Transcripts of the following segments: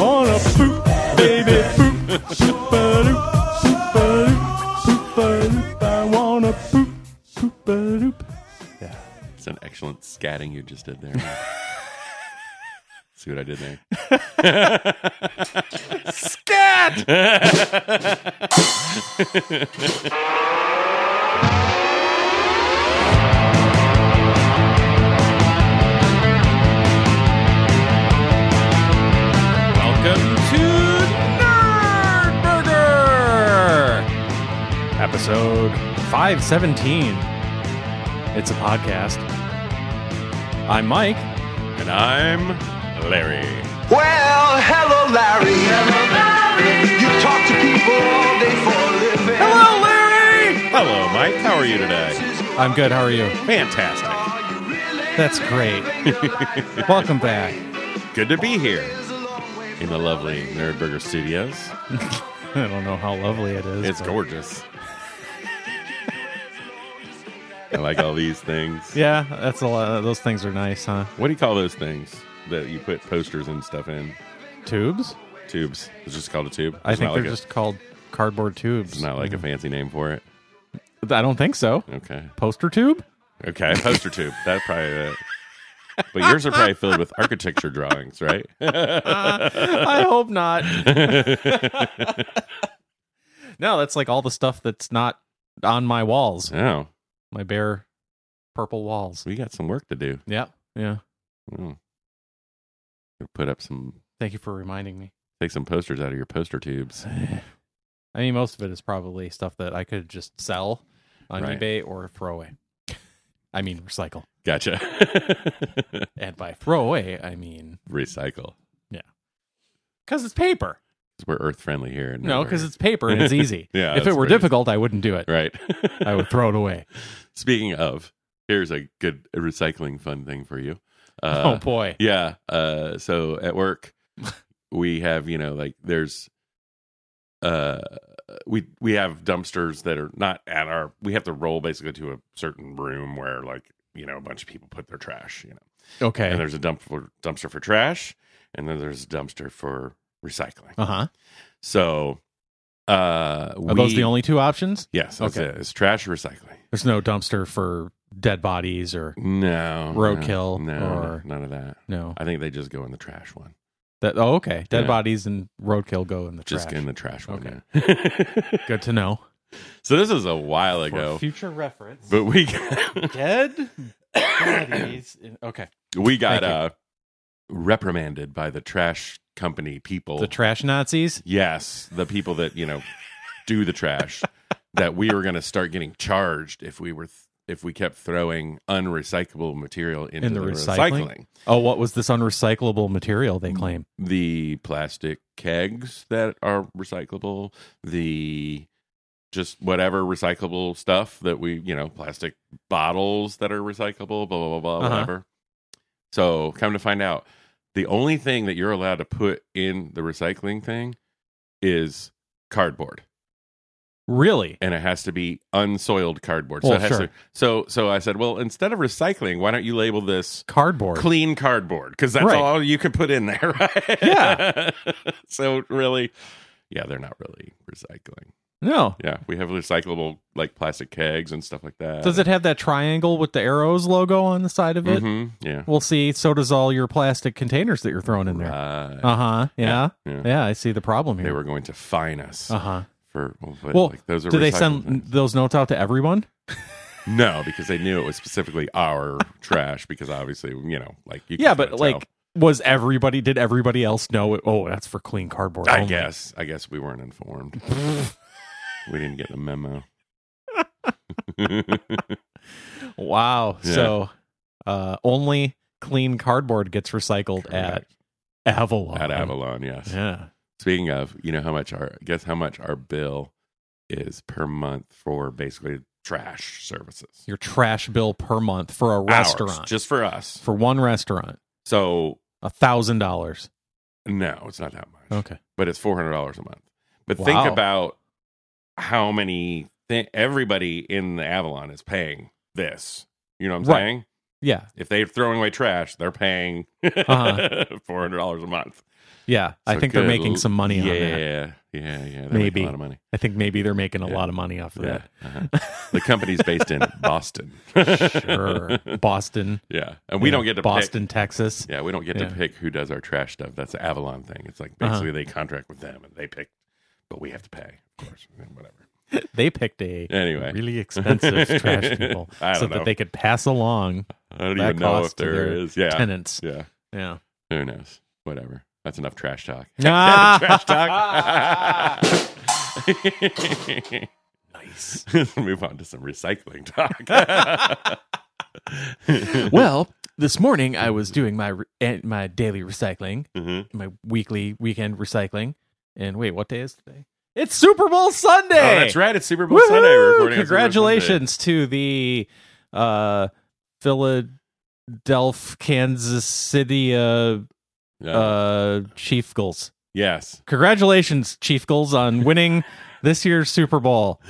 on a poop, baby poop, poop-a-loop, poop-a-loop, poop-a-loop. I wanna poop, poop-a-loop. Yeah. It's an excellent scatting you just did there. See what I did there? Scat! Welcome to Nerd Burger, episode 517. It's a podcast. I'm Mike. And I'm Larry. Well, hello, Larry. You talk to people all day for a living. Hello, Larry! Hello, Mike. How are you today? I'm good. How are you? Fantastic. That's great. Welcome back. Good to be here in the lovely Nerd Burger Studios. I don't know how lovely it is. It's but- gorgeous. I like all these things. Yeah, that's a lot. Those things are nice, huh? What do you call those things that you put posters and stuff in? Tubes? Tubes. It's just called a tube. I It's think not they're like a- just called cardboard tubes. It's not like a fancy name for it. I don't think so. Okay. Poster tube? Okay, poster tube. That's probably it. But yours are probably filled with architecture drawings, right? I hope not. no, that's like all the stuff that's not on my walls, Oh, my bare purple walls. we got some work to do. Yeah. Yeah. Mm. We'll Put up some, Thank you for reminding me. take some posters out of your poster tubes. I mean, most of it is probably stuff that I could just sell on Right. eBay or throw away. I mean, recycle. Gotcha. And by throw away, I mean, Recycle. because it's paper. 'Cause We're earth friendly here. and No, we're- because it's paper and it's easy. Yeah, If it that's were pretty- difficult, I wouldn't do it. right. I would throw it away. Speaking of, here's a good recycling fun thing for you. oh, Uh, boy. Yeah. Uh, so at work, we have you know like there's uh we we have dumpsters that are not at our we have to roll basically to a certain room where like you know a bunch of people put their trash you know and Okay. there's a dump for, dumpster for trash and then there's a dumpster for recycling Uh huh. so uh are Are those the only two options? yes that's Okay. it. it's trash or recycling There's no dumpster for dead bodies or no no, Roadkill no, no, or- none of that no. i think they just go in the trash one That oh okay. Dead Yeah. bodies and roadkill go in the just trash. in the trash one Okay. yeah. Good to know. So this is a while ago, future reference. but we Dead bodies. In, okay. we got Thank you. uh, reprimanded by the trash company people. The trash Nazis. yes, the people that you know do the trash. that we were going to start getting charged if we were th- if we kept throwing unrecyclable material into In the the, recycling? Oh, what was this unrecyclable material they claim? The plastic kegs that are recyclable. The just whatever recyclable stuff that we you know plastic bottles that are recyclable blah blah blah, blah Uh-huh. whatever so come to find out the only thing that you're allowed to put in the recycling thing is cardboard Really? and it has to be unsoiled cardboard so Well, it has sure. to so so i said well instead of recycling why don't you label this Cardboard. clean cardboard because that's Right. all you can put in there right Yeah. so really yeah they're not really recycling no. yeah, we have recyclable like plastic kegs and stuff like that. Does it have that triangle with the arrows logo on the side of it? Mhm, Yeah. We'll see. So does all your plastic containers that you're throwing in there. Right. Uh huh. Yeah. Yeah. yeah. I see the problem They here. were going to fine us Uh huh. for well, but, Well, like, those are Do they recycled send things. those notes out to everyone? No, because they knew it was specifically our trash. Because obviously, you know, like you Yeah, can but kinda like, was everybody? Did everybody else know it? Oh, that's for clean cardboard. tell. I only. guess I guess we weren't informed. we didn't get the memo. Wow. Yeah. So, uh, only clean cardboard gets recycled Correct. at Avalon. At Avalon, yes. Yeah. Speaking of, you know how much our guess how much our bill is per month for basically trash services. Your trash bill per month for a Ours, restaurant, just for us. for one restaurant, So a thousand dollars. no, it's not that much. Okay. But it's four hundred dollars a month. But Oh. Wow. think about how many th- everybody in the Avalon is paying this. You know what I'm Right. saying? Yeah. If they're throwing away trash, they're paying Uh-huh. four hundred dollars a month. Yeah, I So think they're good making l- some money yeah, on that. Yeah, yeah, yeah. They're Maybe. making a lot of money. I think maybe they're making a Yeah. lot of money off of Yeah. uh-huh. the company's based in Boston. that. Sure, Boston. Yeah, and we you know, don't get to Boston, Texas. Pick, yeah, we don't get Yeah. to pick who does our trash stuff. That's the Avalon thing. It's like Uh-huh. basically they contract with them and they pick, but we have to pay, of course, and whatever. They picked a Anyway. really expensive trash people I don't so know. that they could pass along I don't That even know if cost to there their is. Yeah, tenants. yeah. Yeah. Who knows? Whatever. That's enough trash talk. Ah! trash talk. Nice. Move on to some recycling Mm-hmm. talk. well, this morning I was doing my re- and my daily recycling, hmm my weekly weekend recycling. And wait, what day is today? It's Super Bowl Sunday. Oh, that's right. It's Super Bowl Woohoo! Sunday. We're recording on Super Bowl Congratulations to the uh Philadelphia, Kansas City uh, Sunday. Yeah. uh Chief Goals. yes. Congratulations, Chief Goals, on winning this year's Super Bowl.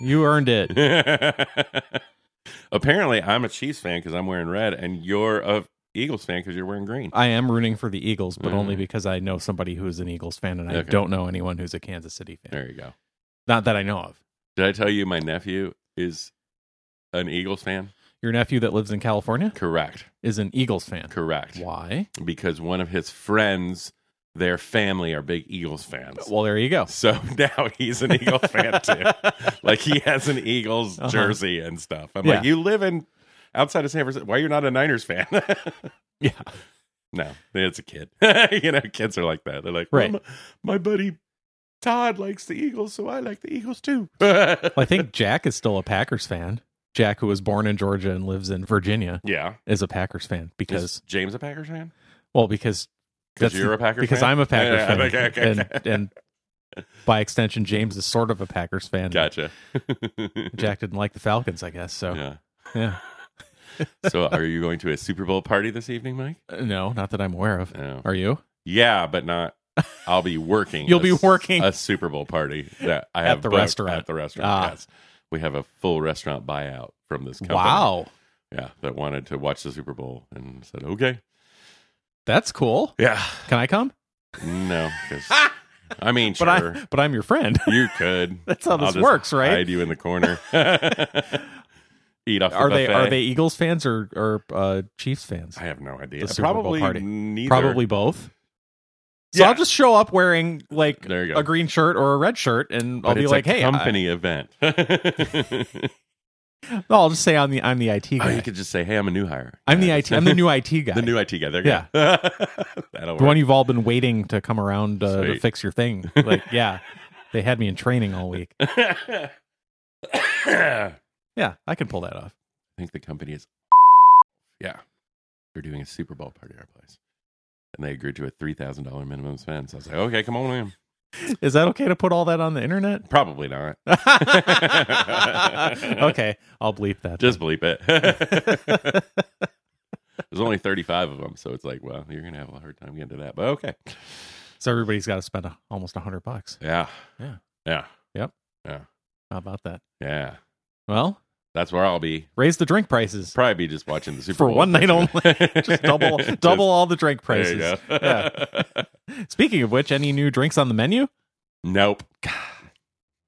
You earned it. Apparently, I'm a Chiefs fan because I'm wearing red, and you're a Eagles fan because you're wearing green. I am rooting for the Eagles, but only Mm. because I know somebody who is an Eagles fan, and I Okay. don't know anyone who's a Kansas City fan. There you go. Not that I know of. Did I tell you my nephew is an Eagles fan? Your nephew that lives in California Correct. is an Eagles fan. Correct. Why? Because one of his friends, their family, are big Eagles fans. Well, there you go. So now he's an Eagle fan too. Like he has an Eagles Uh-huh. jersey and stuff. I'm Yeah. like, you live in outside of San Francisco. Why you're not a Niners fan? Yeah. No, it's a kid. you know, kids are like that. They're like, Right. "Well, my, my buddy Todd likes the Eagles, so I like the Eagles too. yeah. Well, I think Jack is still a Packers fan. Jack, who was born in Georgia and lives in Virginia, is a Packers fan Is because, James a Packers fan? well, because Because That's you're a Packers because fan? I'm a Packers Yeah, fan, okay, okay, and okay. and by extension, James is sort of a Packers fan. Gotcha. Jack didn't like the Falcons, I guess. So Yeah. yeah, So are you going to a Super Bowl party this evening, Mike? Uh, no, not that I'm aware of. No. Are you Yeah, but not. I'll be working. You'll a be s- working. a Super Bowl party that I At have the booked restaurant. At the restaurant, Ah. yes. We have a full restaurant buyout from this company. Wow, Yeah, that wanted to watch the Super Bowl and said, okay. that's cool. Yeah. Can I come? No, 'cause- I mean, But sure, I but I'm your friend. you could. That's how I'll this just works, right? Hide you in the corner. Eat off. The are they are buffet. they Eagles fans or or uh, Chiefs fans? I have no idea. The Super Bowl Probably party. neither. Probably both. So Yeah. I'll just show up wearing like There you go. a green shirt or a red shirt, and I'll But be it's like, a "Hey, I, company event. oh, no, I'll just say I'm the I'm the IT guy. you could just say, "Hey, I'm a new hire. I'm the Yeah, IT. I'm the new IT guy. The new IT guy. There you Yeah. go. That'll the work. one you've all been waiting to come around uh, to Sweet. fix your thing. Like, yeah, they had me in training all week. I Yeah, I can pull that off. think the company is. Yeah. They're doing a Super Bowl party at our place. And they agreed to a $3,000 minimum spend. So I was like, okay, come on in. Is that okay to put all that on the internet? Probably not. okay, I'll bleep that. Just bleep it. There's only 35 of them. So it's like, well, you're going to have a hard time getting to that. But okay. so everybody's got to spend a, almost a hundred bucks. Yeah. Yeah. Yeah. How about that? Yeah. Well, That's where I'll be. raise the drink prices Probably be just watching the Super for Bowl. one night only. Just double Just- double all the drink there you prices. go. Speaking of which, any new drinks on the menu? Nope.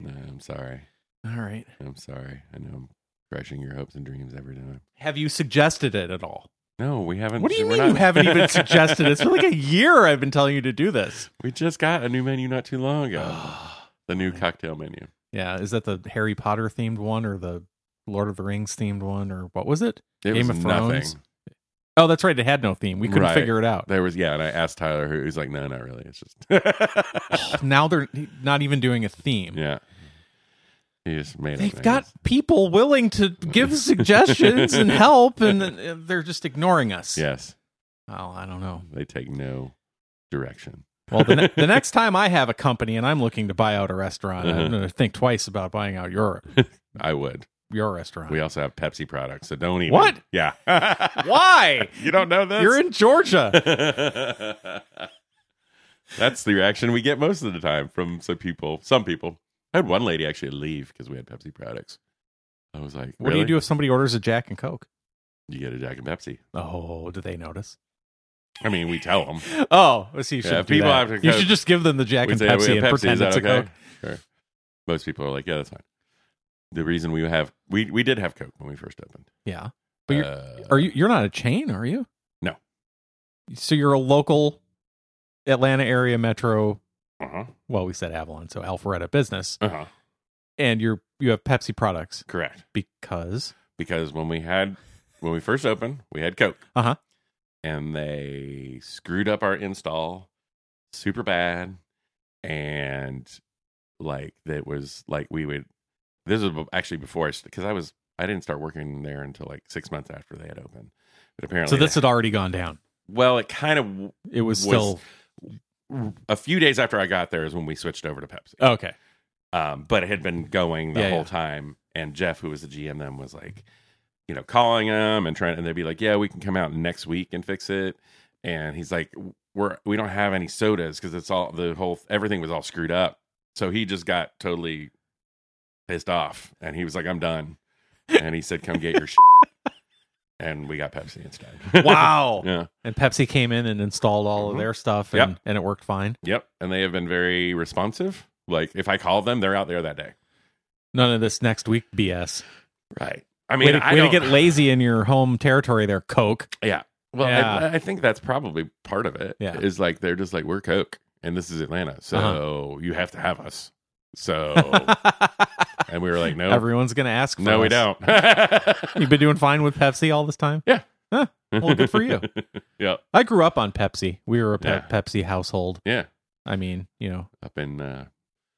No, I'm sorry. All right. I'm sorry. I know I'm crushing your hopes and dreams every time. Have you suggested it at all? No, we haven't. What do you we're mean not- you haven't even suggested it? It's been like a year I've been telling you to do this. we just got a new menu not too long ago. the new cocktail menu. yeah, is that the Harry Potter themed one or the Lord of the Rings themed one or what was it? It Game was of nothing. Thrones? Oh, that's right. It had no theme. We couldn't Right. figure it out. There was yeah, and I asked Tyler, who he's like, no, not really. It's just Now they're not even doing a theme. yeah. He just made. up They've things. got people willing to give suggestions and help, and uh, they're just ignoring us. yes. Oh, I don't know. They take no direction. Well, the, ne- the next time I have a company and I'm looking to buy out a restaurant, Uh-huh. I'm going to think twice about buying out your I would. your restaurant. We also have Pepsi products, so don't even. What? Yeah. Why? You don't know this? You're in Georgia. That's the reaction we get most of the time from some people. Some people. I had one lady actually leave because we had Pepsi products. I was like, What do you do if somebody orders a Jack and Coke? do? You get a Jack and Pepsi. Oh, do they notice? I mean, we tell them. Oh, let's see. You Yeah, should if do people that. have to You go- should just give them the Jack We and say, "Oh, Pepsi "We and have Pepsi, is pretend that it's a okay?" Coke. Sure. Most people are like, yeah, that's fine. The reason we have we we did have Coke when we first opened. Yeah. But you're- Uh, Are you? You're not a chain, are you? No. So you're a local Atlanta area metro. Uh-huh. Well, we said Avalon, so Alpharetta business, Uh-huh. and you're you have Pepsi products Correct. because Because when we had when we first opened, we had Coke. Uh-huh. And they screwed up our install super bad. And like that was like we would this was be- actually before I because I was I didn't start working there until like six months after they had opened. But apparently so this had already gone down. well, it kind of It was, Was- still a few days after I got there is when we switched over to Pepsi. okay. Um, but it had been going the Yeah, whole yeah. time. And Jeff, who was the GM then, was like, you know, calling them and trying, and they'd be like, yeah, we can come out next week and fix it. And he's like, we're, we don't have any sodas because it's all the whole, everything was all screwed up. So he just got totally pissed off and he was like, I'm done. And he said, come get your shit. And we got Pepsi instead. Wow. yeah. And Pepsi came in and installed all of Mhm. their stuff, Yep. and, and it worked fine. Yep. And they have been very responsive. Like if I call them, they're out there that day. None of this next week BS. Right. I Way mean, to, I way to don't- get lazy in your home territory there, Coke. Yeah. Well, Yeah. I, I think that's probably part of it. Yeah. Is like they're just like we're Coke, and this is Atlanta, so Uh-huh. you have to have us. So, and we were like, no, Everyone's going to ask for no, we us. don't. You've been doing fine with Pepsi all this time? Yeah. Huh. Well, good for you. yeah. I grew up on Pepsi. We were a pe- Yeah. Pepsi household. Yeah. I mean, you know, Up in uh,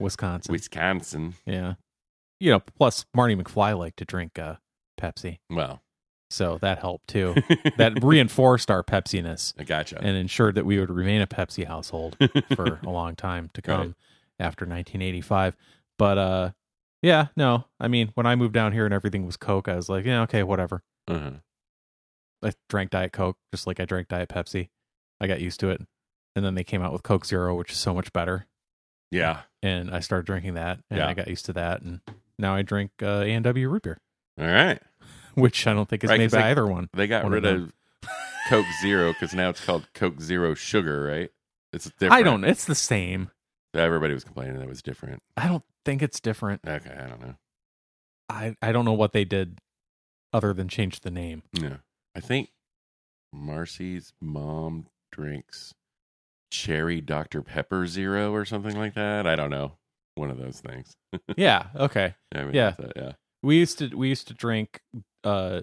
Wisconsin. Wisconsin. yeah. You know, plus Marty McFly liked to drink uh, Pepsi. Well, So that helped too. that reinforced our Pepsiness I gotcha. and ensured that we would remain a Pepsi household for a long time to come Right. after 1985. But uh yeah, no. I mean, when I moved down here and everything was Coke, I was like, yeah, okay, whatever. uh-huh. I drank Diet Coke just like I drank Diet Pepsi. I got used to it. And then they came out with Coke Zero, which is so much better. Yeah. And I started drinking that and Yeah. I got used to that. And now I drink uh, A&W root beer, All right. which I don't think is Right, made 'cause by they- either one. They got One of rid them. of Coke Zero because now it's called Coke Zero Sugar, right? It's different. I don't, it's the same. Everybody was complaining that it was different. I don't think it's different. Okay, I don't know. I, I don't know what they did other than change the name. No, I think Marcy's mom drinks cherry Dr Pepper Zero or something like that. I don't know. One of those things. yeah. Okay. I mean, Yeah. that's it, yeah. We used to we used to drink uh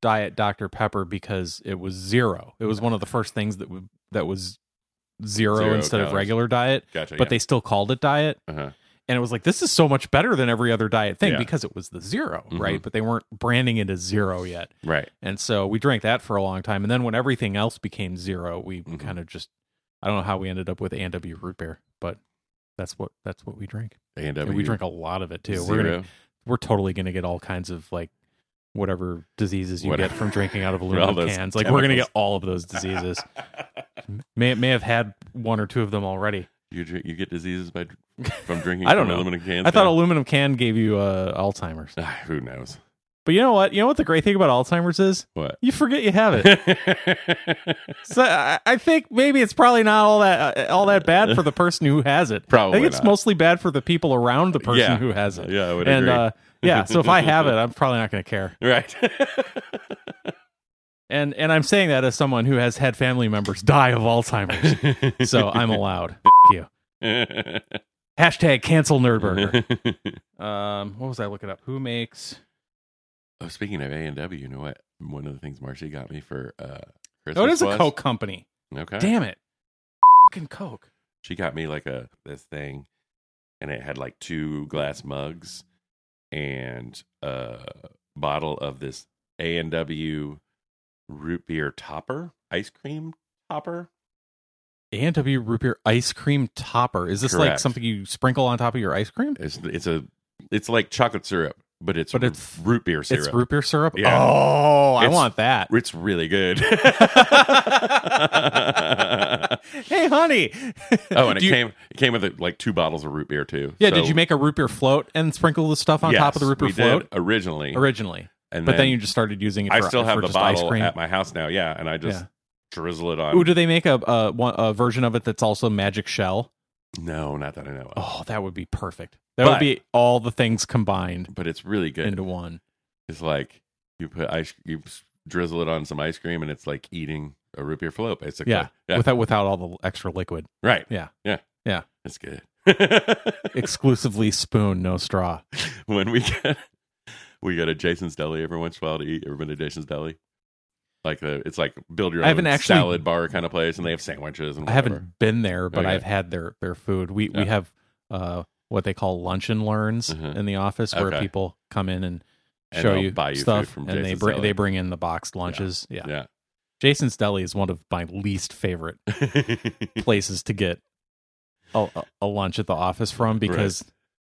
diet Dr Pepper because it was zero. It was one of the first things that w- that was zero, Zero instead of calories. regular diet, Gotcha. but they still called it diet. they. Uh-huh. And it was like this is so much better than every other diet thing Yeah. because it was the 0 Mhm. right? But they weren't branding it as zero yet. Right. And so we drank that for a long time and then when everything else became zero, we Mhm. kind of just I don't know how we ended up with A&W root beer, but that's what that's what we drink. And And we drink a lot of it too. 0 We're gonna we're totally going to get all kinds of like whatever diseases you Whatever. get from drinking out of all aluminum those cans. Like we're going to chemicals. get all of those diseases. may may have had one or two of them already. you drink. You get diseases by from drinking. I don't from know. Aluminum cans. I thought now? aluminum can gave you uh, Alzheimer's. Ah, who knows But you know what? You know what the great thing about Alzheimer's is? what. You forget you have it. so I, I think maybe it's probably not all that uh, all that bad for the person who has it. I Probably think it's not. mostly bad for the people around the person Yeah. who has it. yeah, I would and agree. uh, yeah, so if I have it, I'm probably not going to care. right. And and I'm saying that as someone who has had family members die of Alzheimer's. so I'm allowed. F- you. Hashtag cancel Nerdburger. um, what was I looking up? Who makes? Oh, speaking of A and W, you know what? One of the things Marcy got me for uh, Christmas. Oh, it is a was- Coke company. Okay. Damn it! Fucking Coke. She got me like a this thing, and it had like two glass mugs and a bottle of this A and W root beer topper, ice cream topper. A&W root beer ice cream topper. Is this like Correct. something you sprinkle on top of your ice cream? It's it's a it's like chocolate syrup, but it's But it's- root beer syrup. It's root beer syrup. Yeah. Oh, I It's- want that. It's really good. hey, honey. oh, and it Do you- came it came with like two bottles of root beer too. Yeah, So- did you make a root beer float and sprinkle the stuff on top of the Yes, root beer we did float originally? originally? and but then, you just started using it. I for- uh, still have for the just ice bottle cream. at my house now. Yeah, and I just drizzle it on. Ooh, do they make a, a one- a version of it that's also Magic Shell? no, not that I know. of. Oh, that would be perfect. That But- would be all the things combined But it's really good. into one. It's like you put ice, you s- drizzle it on some ice cream, and it's like eating a root beer float, basically. Yeah, without without all the extra liquid. right. yeah. yeah, Yeah. It's good. Exclusively spoon, no straw. when we get we go to Jason's Deli every once in a while to eat. Ever been to Jason's Deli? Like the it's like build your I haven't own actually- salad bar kind of place, and they have sandwiches. And I whatever. haven't been there, but Okay. I've had their their food. We Yeah. we have uh what they call lunch and learns Mhm. in the office where Okay. people come in and And show they'll you, buy you food stuff from and they Jason's bring Deli. they bring in the boxed lunches. Yeah. Yeah. Jason's Deli is one of my least favorite places to get a, a- a lunch at the office from because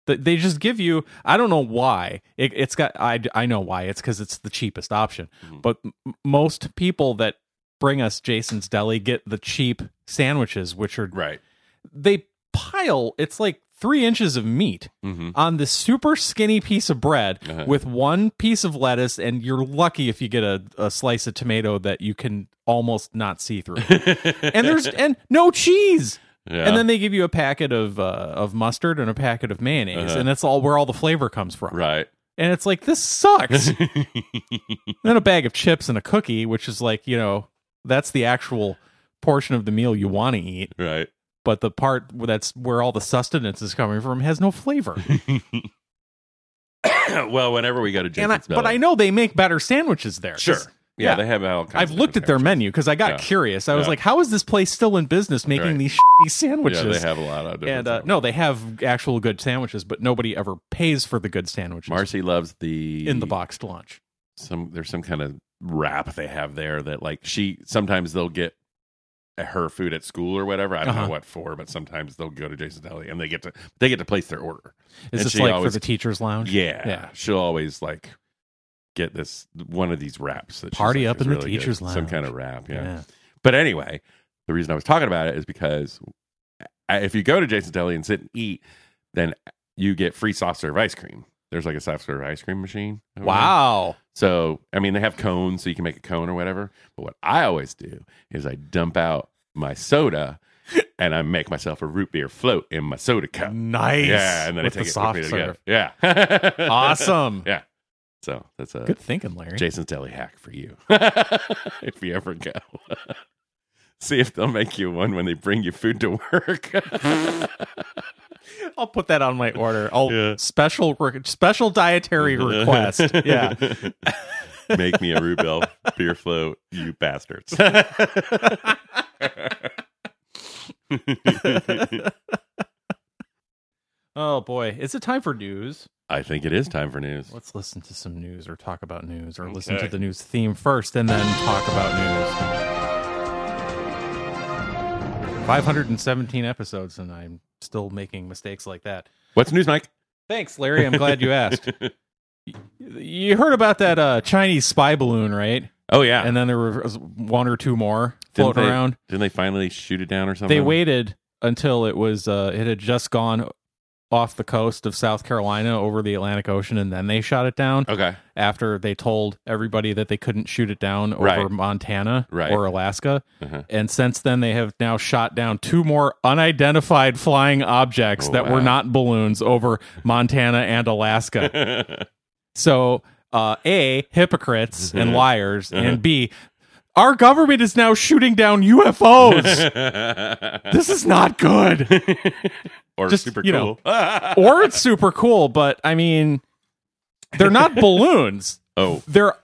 th- they just give you I don't know why. It, it's got I I know why. It's cuz it's the cheapest option. Mhm. But m- most people that bring us Jason's Deli get the cheap sandwiches which are right. they pile it's like three inches of meat Mm-hmm. on this super skinny piece of bread Uh-huh. with one piece of lettuce and you're lucky if you get a, a slice of tomato that you can almost not see through and there's and no cheese yeah. and then they give you a packet of uh, of mustard and a packet of mayonnaise Uh-huh. and that's all where all the flavor comes from right. and it's like this sucks and then a bag of chips and a cookie which is like you know that's the actual portion of the meal you want to eat right. but the part where that's where all the sustenance is coming from has no flavor. well, whenever we go to and I, Jason's Deli, but I know they make better sandwiches there. Sure. Yeah, yeah. they have all kinds. I've of looked at different their sandwiches. menu because I got Yeah. curious. I was Yeah. like, how is this place still in business making Right. these shitty sandwiches? Yeah, they have a lot of different. and uh, no, they have actual good sandwiches, but nobody ever pays for the good sandwiches Marcy loves the in the boxed lunch. some there's some kind of wrap they have there that like she sometimes they'll get her food at school or whatever. I don't Uh-huh. know what for, but sometimes they'll go to Jason's Deli and they get to they get to place their order. Is And this she like always- for the teacher's lounge? Yeah, Yeah. She'll always like get this one of these wraps. That she's Party like, up "It's in the really teacher's good." Some kind lounge. of wrap. Yeah. Yeah. But anyway, the reason I was talking about it is because I- if you go to Jason's Deli and sit and eat, then you get free soft serve ice cream. There's like a soft serve ice cream machine. over there. Wow. So, I mean, they have cones, so you can make a cone or whatever. But what I always do is I dump out my soda and I make myself a root beer float in my soda cup. Nice. Yeah, and then With I take the it soft with me to go. serve. Yeah, Awesome. Yeah. So that's a Good thinking, Larry. Jason's Deli hack for you if you ever go. See if they'll make you one when they bring you food to work. I'll put that on my order. I'll Yeah. special re- special dietary request. Yeah. make me a root beer beer float, you bastards. oh boy, is it time for news? I think it is time for news. Let's listen to some news or talk about news or listen Okay. to the news theme first and then talk about news. 517 episodes and I'm still making mistakes like that. What's news, Mike? Thanks, Larry. I'm glad you asked. Y- You heard about that uh, Chinese spy balloon, right? Oh yeah, And then there was one or two more Didn't floating they- around. Didn't they finally shoot it down or something? they waited until it was uh it had just gone off the coast of South Carolina over the Atlantic Ocean and then they shot it down Okay. after they told everybody that they couldn't shoot it down over Right. Montana Right. or Alaska Uh-huh. and since then they have now shot down two more unidentified flying objects Oh, that wow. were not balloons over Montana and Alaska so, uh, A, hypocrites and Mm-hmm. liars, Uh-huh. and B, our government is now shooting down UFOs. this is not good. or Just, super you cool. know, Or it's super cool, but I mean, they're not balloons. oh. They're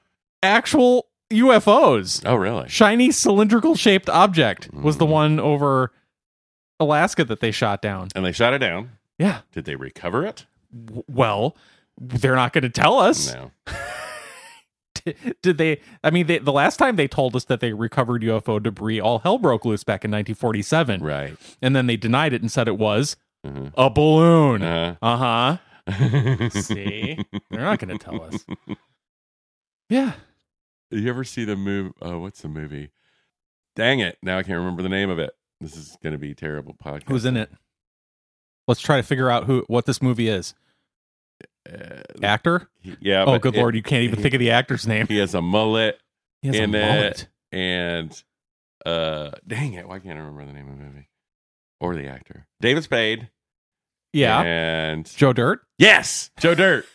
actual UFOs. Oh really? Shiny cylindrical shaped object was the one over Alaska that they shot down. And they shot it down. Yeah. Did they recover it? W- well, they're not going to tell us. No. did they i mean they, the last time they told us that they recovered ufo debris all hell broke loose back in 1947 Right. and then they denied it and said it was Mhm. a balloon Uh, uh-huh see they're not gonna tell us yeah you ever see the movie? Uh, what's the movie? Dang it! Now I can't remember the name of it. This is going to be a terrible podcast. who's in it let's try to figure out who what this movie is Uh, actor yeah. oh but good it- lord you can't even think of the actor's name uh, He has a mullet he has a in it. mullet and Uh, dang it! Why can't I remember the name of the movie or the actor? David Spade. Yeah. And Joe Dirt. yes, Joe Dirt.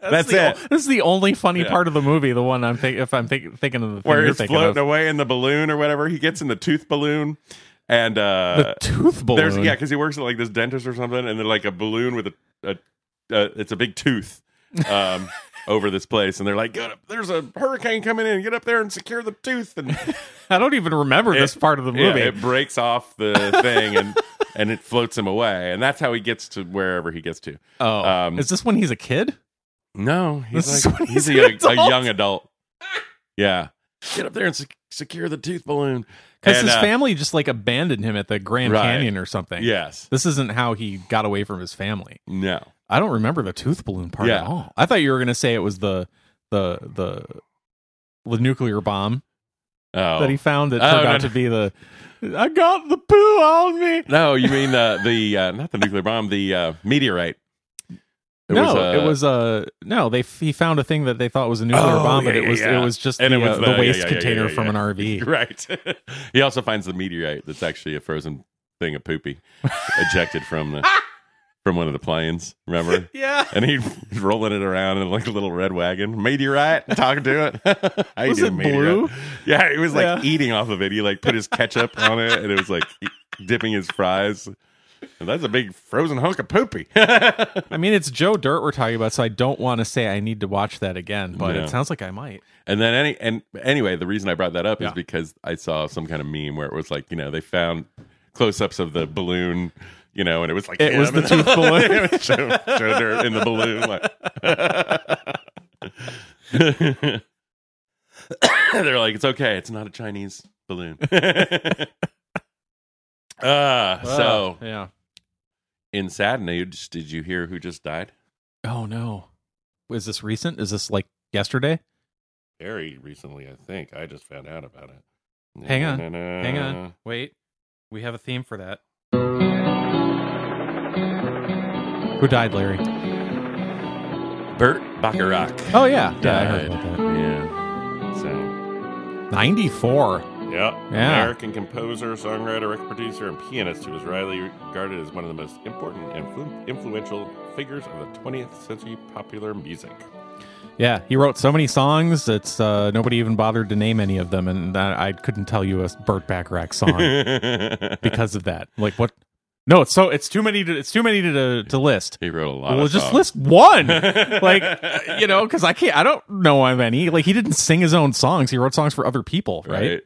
That's the, it. o- This is the only funny Yeah. part of the movie. The one I'm thinking, if I'm think- thinking of the thing Where you're it's thinking floating of. away in the balloon or whatever. He gets in the tooth balloon, and uh, the tooth balloon. There's yeah, because he works at like this dentist or something, and they're like a balloon with a, a uh, it's a big tooth um, over this place, and they're like, Get up, there's a hurricane coming in, get up there and secure the tooth, and I don't even remember It- this part of the yeah, movie. it breaks off the thing and and it floats him away, and that's how he gets to wherever he gets to. oh, um, is this when he's a kid? No, he's This is like when he's, he's a, an a adult. young adult. Yeah, get up there and sec- secure the tooth balloon Because And, his uh, family just like abandoned him at the Grand Right. Canyon or something. Yes. This isn't how he got away from his family. No. I don't remember the tooth balloon part Yeah. at all. I thought you were going to say it was the the the the nuclear bomb Oh. that he found that Oh, turned no, out no. to be the I got the poo on me. No, you mean uh, the uh, not the nuclear bomb, the uh, meteorite. no, uh, it was a no. They he found a thing that they thought was a nuclear Oh, bomb, but yeah, it was yeah, it was just And the, it was uh, the- the yeah, waste yeah, yeah, container yeah, yeah. from an RV. right. he also finds the meteorite that's actually a frozen thing of poopy ejected from the from one of the planes. Remember? Yeah, And he's rolling it around in like a little red wagon, meteorite, talking to it. How you Was doing, it meteorite? blue? Yeah, he was like Yeah. eating off of it. He like put his ketchup on it, and it was like e- dipping his fries. And that's a big frozen hunk of poopy. I mean it's Joe Dirt we're talking about, so I don't want to say I need to watch that again, but No. it sounds like I might. And then any and anyway, the reason I brought that up is Yeah. because I saw some kind of meme where it was like, you know, they found close-ups of the balloon, you know, and it was like It was him the tooth balloon. It was Joe, Joe Dirt in the balloon. Like. They're like, it's okay, it's not a Chinese balloon. uh, so Uh, yeah. in sad news, did you hear who just died? Oh no, is this recent? Is this like yesterday? Very recently, I think. I just found out about it. Hang on. Hang Uh. on, wait. We have a theme for that. Who died, Larry? Bert Bacharach. Oh yeah, yeah, I heard died. about that. Yeah. So, Ninety-four. yeah. Yeah. American composer, songwriter, record producer, and pianist who is widely regarded as one of the most important and influ- influential figures of the 20th century popular music. Yeah, he wrote so many songs. It's uh, nobody even bothered to name any of them, and I, I couldn't tell you a Burt Bacharach song because of that. Like what? No, it's so it's too many. To, it's too many to to, to list. he wrote a lot Well, of just songs. list one, like you know, because I can't. I don't know of any. Like he didn't sing his own songs. He wrote songs for other people, right?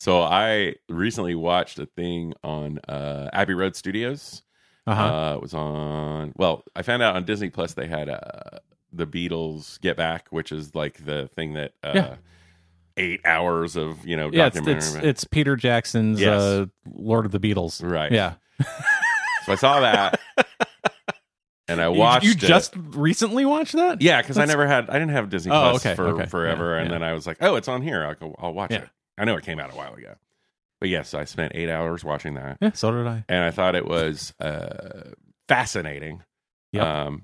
So I recently watched a thing on uh, Abbey Road Studios. Uh-huh. Uh, it was on. Well, I found out on Disney Plus they had uh, the Beatles Get Back, which is like the thing that uh, Yeah. eight hours of you know yeah, it's, documentary. it's it's Peter Jackson's Yes. uh, Lord of the Beatles. right. Yeah, So I saw that, and I You- watched. You, it. just recently watched that? yeah, because I That's- never had. I didn't have Disney Oh, Plus okay, for okay. forever, Yeah, and yeah. then I was like, oh, it's on here. I'll go. I'll watch Yeah. it. I know it came out a while ago, but yes, I spent eight hours watching that. yeah. So did I. and I thought it was uh, fascinating. Yep. Um,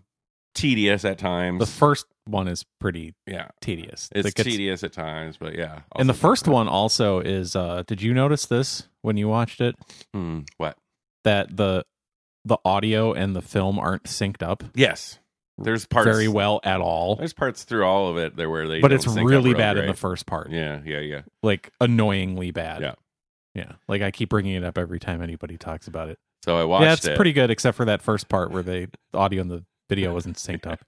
tedious at times. The first one is pretty yeah, tedious. it's Like, it's- tedious at times, but yeah. and the also- first one also is uh did you notice this when you watched it Hmm, what? that the the audio and the film aren't synced up Yes, there's parts very well at all There's parts through all of it there where they, but don't it's sync up really real bad in great. the first part Yeah, yeah, yeah. like annoyingly bad Yeah. yeah like i keep bringing it up every time anybody talks about it So I watched yeah it's it, pretty good except for that first part where they the audio and the video wasn't synced up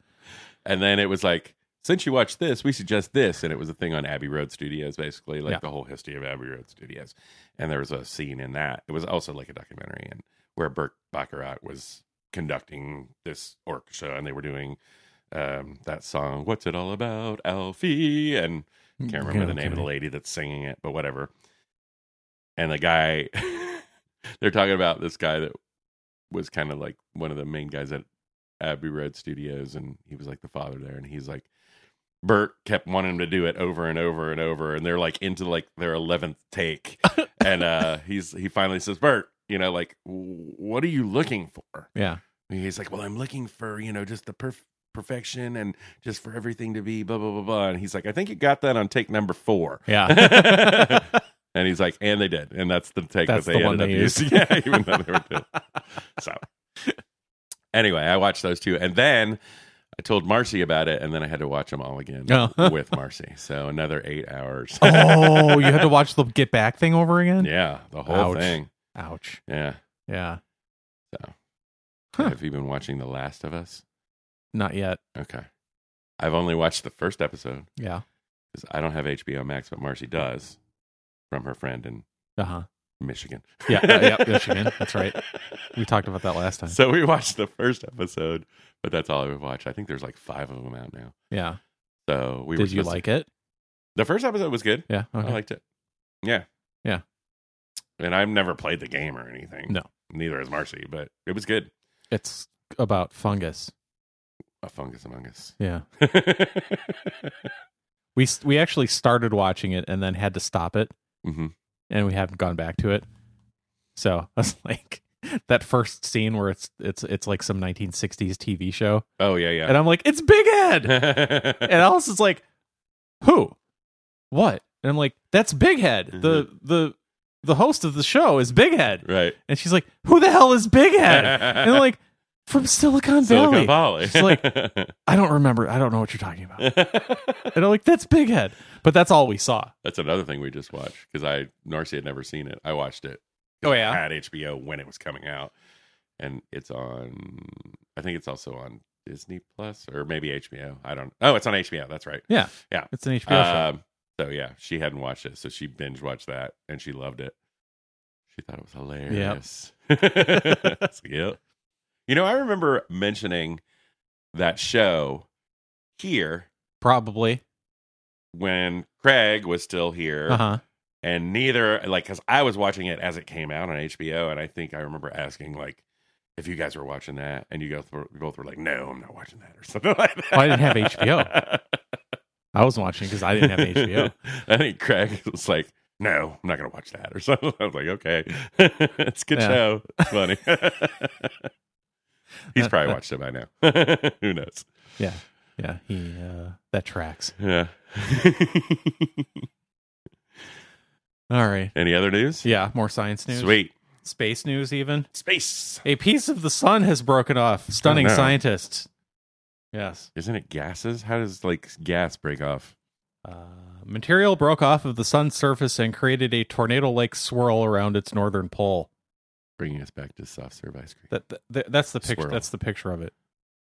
and then it was like. Since you watched this, we suggest this, and it was a thing on Abbey Road Studios, basically like Yeah. the whole history of Abbey Road Studios, and there was a scene in that. It was also like a documentary, and where Burke Baccarat was conducting this orchestra, and they were doing um, that song, "What's It All About, Alfie," and can't remember Mm, Yeah, the name of the okay. lady that's singing it, but whatever. And the guy, they're talking about this guy that was kind of like one of the main guys at Abbey Road Studios, and he was like the father there, and he's like. Bert kept wanting him to do it over and over and over, and they're like into like their eleventh take, and uh, he's he finally says, "Bert, you know, like, w- what are you looking for?" yeah And He's like, well, I'm looking for you know just the perf- perfection and just for everything to be blah blah blah blah. And he's like, I think you got that on take number four. yeah and And he's like, and they did, and that's the take That's that they the one ended up they used. using. yeah, even though they were dead. So anyway, I watched those two, and then I told Marcy about it, and then I had to watch them all again Oh. with Marcy. So another eight hours. oh, you had to watch the Get Back thing over again? yeah, the whole Ouch. thing. Ouch. Yeah. Yeah. Huh. Have you been watching The Last of Us? Not yet. Okay. I've only watched the first episode Yeah. because I don't have HBO Max, but Marcy does from her friend in Uh huh. Michigan. Yeah, uh, yeah, Michigan. That's right. We uh, talked about that last time. So we watched the first episode, but that's all we've watched. I think there's like five of them out now. Yeah. So we were Did you supposed to- like it? the first episode was good. Yeah. I Okay. liked it. Yeah. Yeah. And I've never played the game or anything. No. Neither has Marcy, but it was good. it's about fungus. A fungus among us. Yeah. We s- we actually started watching it and then had to stop it, hmm and we haven't gone back to it. So I was like, that first scene where it's it's it's like some 1960s TV show, Oh, yeah, and I'm like, it's Big Head, yeah. and Alice is like, who, what? And I'm like, that's Big Head. Mm-hmm. The the the host of the show is Big Head, right. and she's like, who the hell is Big Head? and I'm like, from Silicon Valley. Silicon Valley. She's like- I don't remember. I don't know what you're talking about. And I'm like, that's Big Head. But that's all we saw. That's another thing we just watched because I Narcy had never seen it. I watched it. Oh, yeah? I had HBO when it was coming out, and it's on. I think it's also on Disney Plus or maybe HBO. I don't. Oh, it's on HBO. That's right. Yeah. Yeah. It's an HBO show. Um, so yeah, she hadn't watched it, so she binge watched that and she loved it. She thought it was hilarious. It's like, yep. You know, I remember mentioning that show here Probably. when Craig was still here. Uh huh. and neither like because I was watching it as it came out on HBO, and I think I remember asking like if you guys were watching that, and you guys were, you both were like, "No, I'm not watching that," or something like that. Well, I didn't have HBO. I was watching because I didn't have HBO. I think Craig was like, "No, I'm not gonna watch that," or something. I was like, "Okay, it's a good Yeah. show. It's funny." He's Uh, probably watched it by now. Who knows? Yeah. Yeah. He, uh, that tracks. Yeah. All right. Any other news? Yeah. More science news. Sweet Space news, even. space. A piece of the sun has broken off, stunning Oh, no. scientists. Yes. Isn't it gases? How does like gas break off? Uh, material broke off of the sun's surface and created a tornado like swirl around its northern pole. bringing us back to soft serve ice cream. That, that that's the picture. Swirl. That's the picture of it.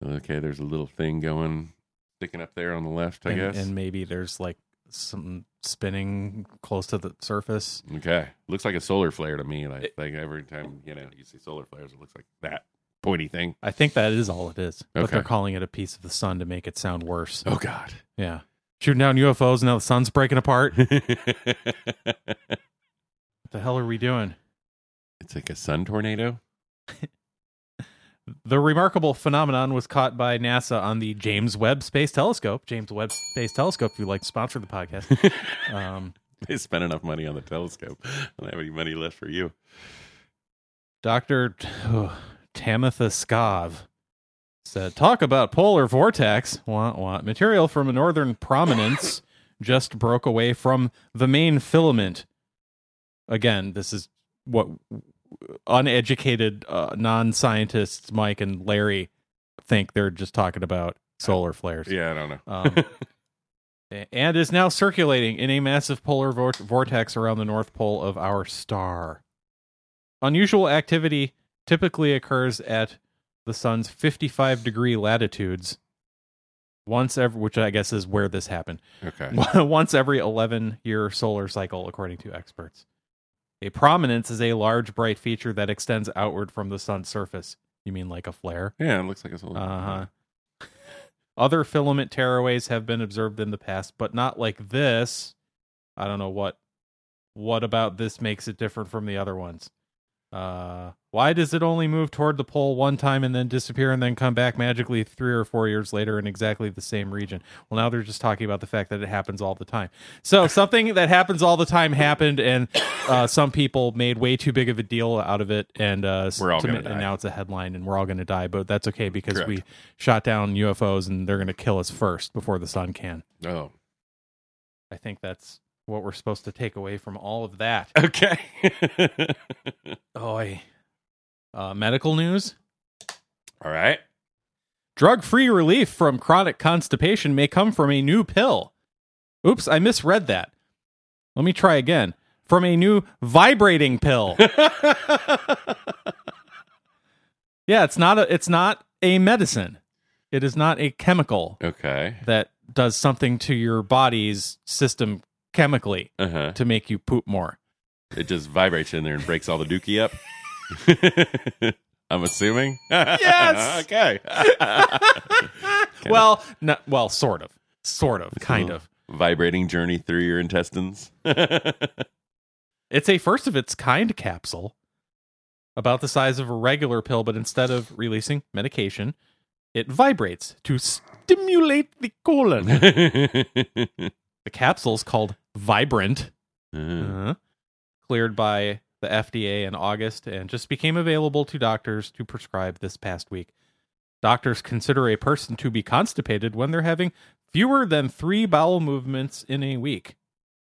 okay, there's a little thing going sticking up there on the left, I and, guess. and maybe there's like some spinning close to the surface. okay, looks like a solar flare to me. Like, like every time you know you see solar flares, it looks like that pointy thing. I think that is all it is. But Okay. they're calling it a piece of the sun to make it sound worse. Oh God! Yeah. Shooting down UFOs and now the sun's breaking apart. what it's the hell are we doing? like a sun tornado. The remarkable phenomenon was caught by NASA on the James Webb Space Telescope. James Webb Space Telescope, if you'd like to sponsor the podcast. um, They spent enough money on the telescope. I don't have any money left for you. Dr. Tamitha Skav said, Talk about polar vortex. Wah, wah. Material from a northern prominence just broke away from the main filament. Again, this is what uneducated uh, non scientists Mike and Larry think they're just talking about solar flares. Yeah, I don't know. Um, a- and is now circulating in a massive polar vor- vortex around the north pole of our star. Unusual activity typically occurs at the sun's 55 degree latitudes once every which I guess is where this happened. Okay. once every 11 year solar cycle according to experts. A prominence is a large bright feature that extends outward from the sun's surface. You mean like a flare? Yeah, it looks like a solar. Uh huh. Other filament tearaways have been observed in the past, but not like this. I don't know what what about this makes it different from the other ones. Uh, why does it only move toward the pole one time and then disappear and then come back magically three or four years later in exactly the same region? Well, now they're just talking about the fact that it happens all the time. So something that happens all the time happened, and uh, some people made way too big of a deal out of it, and uh, We're all to gonna ma- die. and now it's a headline, and we're all going to die. But that's okay because Correct. we shot down UFOs, and they're going to kill us first before the sun can. Oh, I think that's what we're supposed to take away from all of that. Okay. Oh, uh, medical news. All right. Drug-free relief from chronic constipation may come from a new pill. Oops, I misread that. Let me try again. From a new vibrating pill. yeah, it's not a it's not a medicine. It is not a chemical Okay. that does something to your body's system chemically Uh huh. to make you poop more. It just vibrates in there and breaks all the dookie up. I'm assuming. Yes! okay. well, no, well, sort of. Sort of, kind of. Vibrating journey through your intestines. Uh, It's a first of its kind capsule, about the size of a regular pill, but instead of releasing medication, it vibrates to stimulate the colon. Uh, the capsule's called Vibrant, uh-huh. cleared by the FDA in August and just became available to doctors to prescribe this past week. Doctors consider a person to be constipated when they're having fewer than three bowel movements in a week.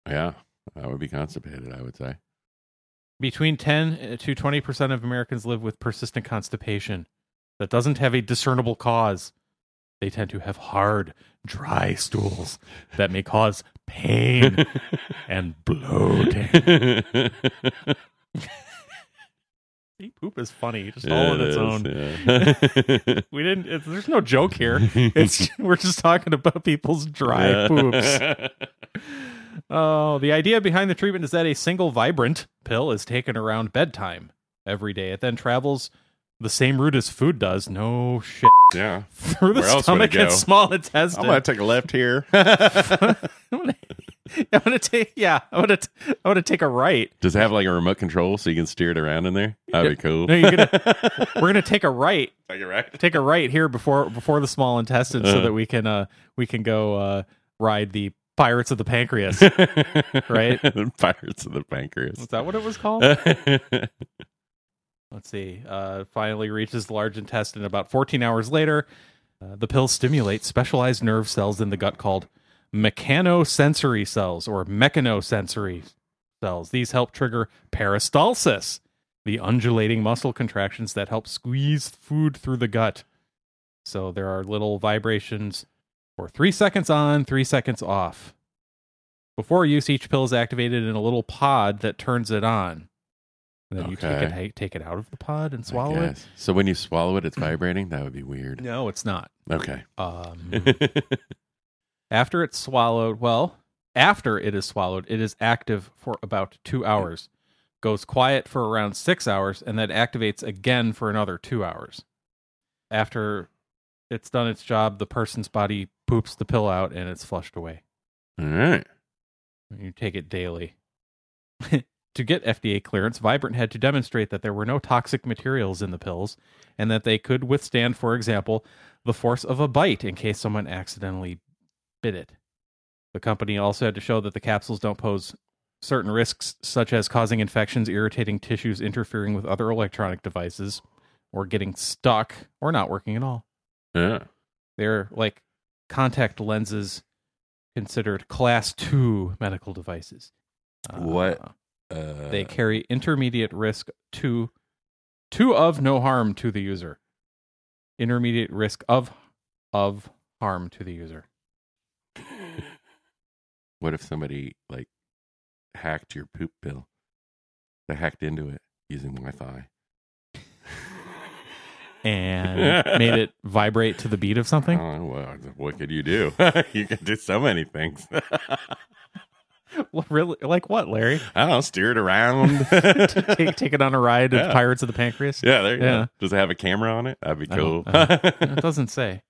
yeah. I would be constipated, I would say. Between 10 to 20% of Americans live with persistent constipation that doesn't have a discernible cause. They tend to have hard, dry stools that may cause pain and bloating. Poop is funny, just all on its own. We didn't. It's, there's no joke here. It's we're just talking about people's dry poops. Oh, the idea behind the treatment is that a single vibrant pill is taken around bedtime every day. It then travels the same route as food does. No shit. Yeah. Through the Where else would stomach it and go? small intestine. I'm going to take a left here. I'm gonna- I'm gonna take yeah. I'm gonna t- I'm gonna take a right. Does it have like a remote control so you can steer it around in there? That'd be cool. No, you're gonna we're gonna take a right. Take it right. Take a right here before before the small intestine, so Uh. that we can uh we can go uh ride the pirates of the pancreas. Right? The Pirates of the Pancreas. Is that what it was called? Let's see. Uh, finally reaches the large intestine about 14 hours later. Uh, the pill stimulates specialized nerve cells in the gut called mechanosensory cells or mechanosensory cells. These help trigger peristalsis, the undulating muscle contractions that help squeeze food through the gut. So there are little vibrations for three seconds on, three seconds off. Before use, each pill is activated in a little pod that turns it on. And then you take Okay. it, take it out of the pod and I swallow it. guess. So when you swallow it, it's vibrating? That would be weird. No, it's not. Okay. Um, after it's swallowed, well, after it is swallowed, it is active for about two hours, goes quiet for around six hours, and then activates again for another two hours. After it's done its job, the person's body poops the pill out and it's flushed away. All right. You take it daily. to get FDA clearance, Vibrant had to demonstrate that there were no toxic materials in the pills and that they could withstand, for example, the force of a bite in case someone accidentally bit it. The company also had to show that the capsules don't pose certain risks, such as causing infections, irritating tissues, interfering with other electronic devices, or getting stuck or not working at all. Yeah. They're like contact lenses considered class two medical devices. What? Uh, They carry intermediate risk to two of no harm to the user. Intermediate risk of of harm to the user. Uh, What if somebody like hacked your poop bill? They hacked into it using Wi Fi. And made it vibrate to the beat of something. Oh, well, what could you do? you could do so many things. Well, really like what, Larry? I don't steer it around. Take take it on a ride of Yeah. Pirates of the Pancreas? yeah, there you Yeah. go. Does it have a camera on it? That'd be I don't- cool. It doesn't say.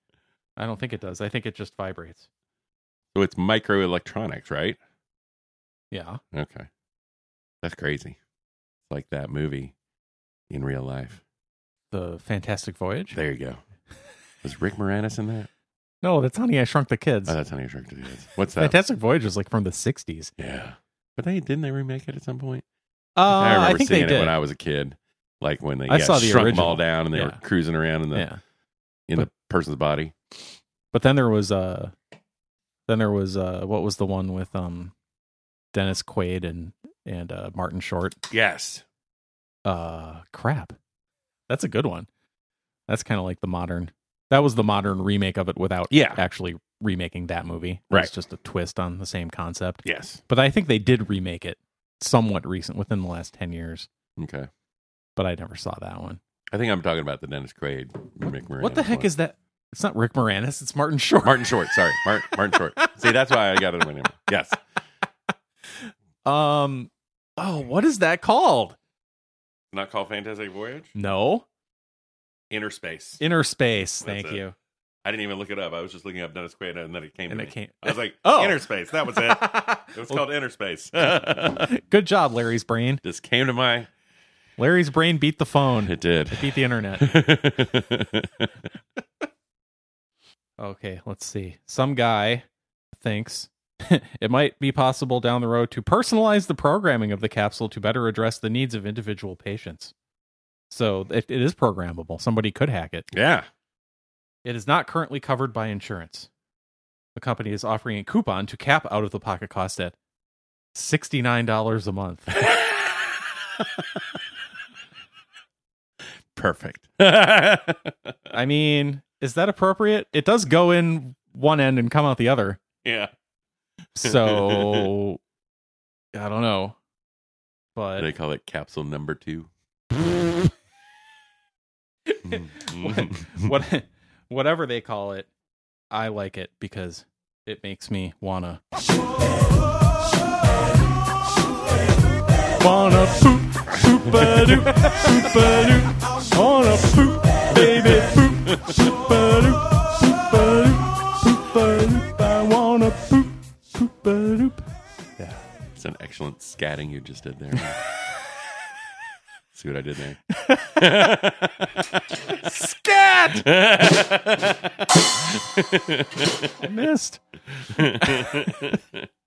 I don't think it does. I think it just vibrates. so it's microelectronics, right? Yeah. Okay. That's crazy. It's like that movie in real life. The Fantastic Voyage. There you go. Was Rick Moranis in that? No, that's Honey I Shrunk the Kids. Oh, that's Honey I Shrunk the Kids. What's that? Fantastic Voyage was like from the '60s. Yeah. But they didn't they remake it at some point? Uh, I I, remember think they seeing did. it when I was a kid. Like when they I yeah, saw the shrunk original. them all down and they were Yeah. cruising around in the yeah, in the person's body. but then there was uh, then there was uh, what was the one with um, Dennis Quaid and and uh, Martin Short. Yes. Uh, crap, that's a good one. That's kind of like the modern. That was the modern remake of it without Yeah. actually remaking that movie. Right. It's just a twist on the same concept. Yes. But I think they did remake it somewhat recent within the last 10 years, Okay. but I never saw that one. I think I'm talking about the Dennis Quaid. Rick what the Moranis heck one. is that? It's not Rick Moranis, it's Martin Short. Martin Short? Sorry, Martin, Martin Short. See, that's why I got it in my name. Yes. Um oh, what is that called? Not called Fantastic Voyage. No. Inner Space. Inner Space. That's Thank it. you. I didn't even look it up. I was just looking up Dennis Quaid, and then it came. And to it me. came- I was like, Oh. oh, Inner Space. That was it. It was called Inner Space. Good job, Larry's brain. Just came to my. Larry's brain beat the phone. It did. Beat the internet. Okay, let's see. Some guy thinks it might be possible down the road to personalize the programming of the capsule to better address the needs of individual patients. So it, it is programmable. Somebody could hack it. yeah. It is not currently covered by insurance. The company is offering a coupon to cap out of the pocket cost at $69 a month. Perfect. I mean, is that appropriate? It does go in one end and come out the other. yeah. So I don't know. But They call it capsule number two. Mm-hmm. What- what whatever they call it, I like it because it makes me wanna. Wanna poop, poop a doop, poop a doop. Wanna poop, baby poop, poop a doop, poop a doop, poop a doop. I wanna poop, poop a doop. It's an excellent scatting you just did there. See what I did there? Scat! I missed.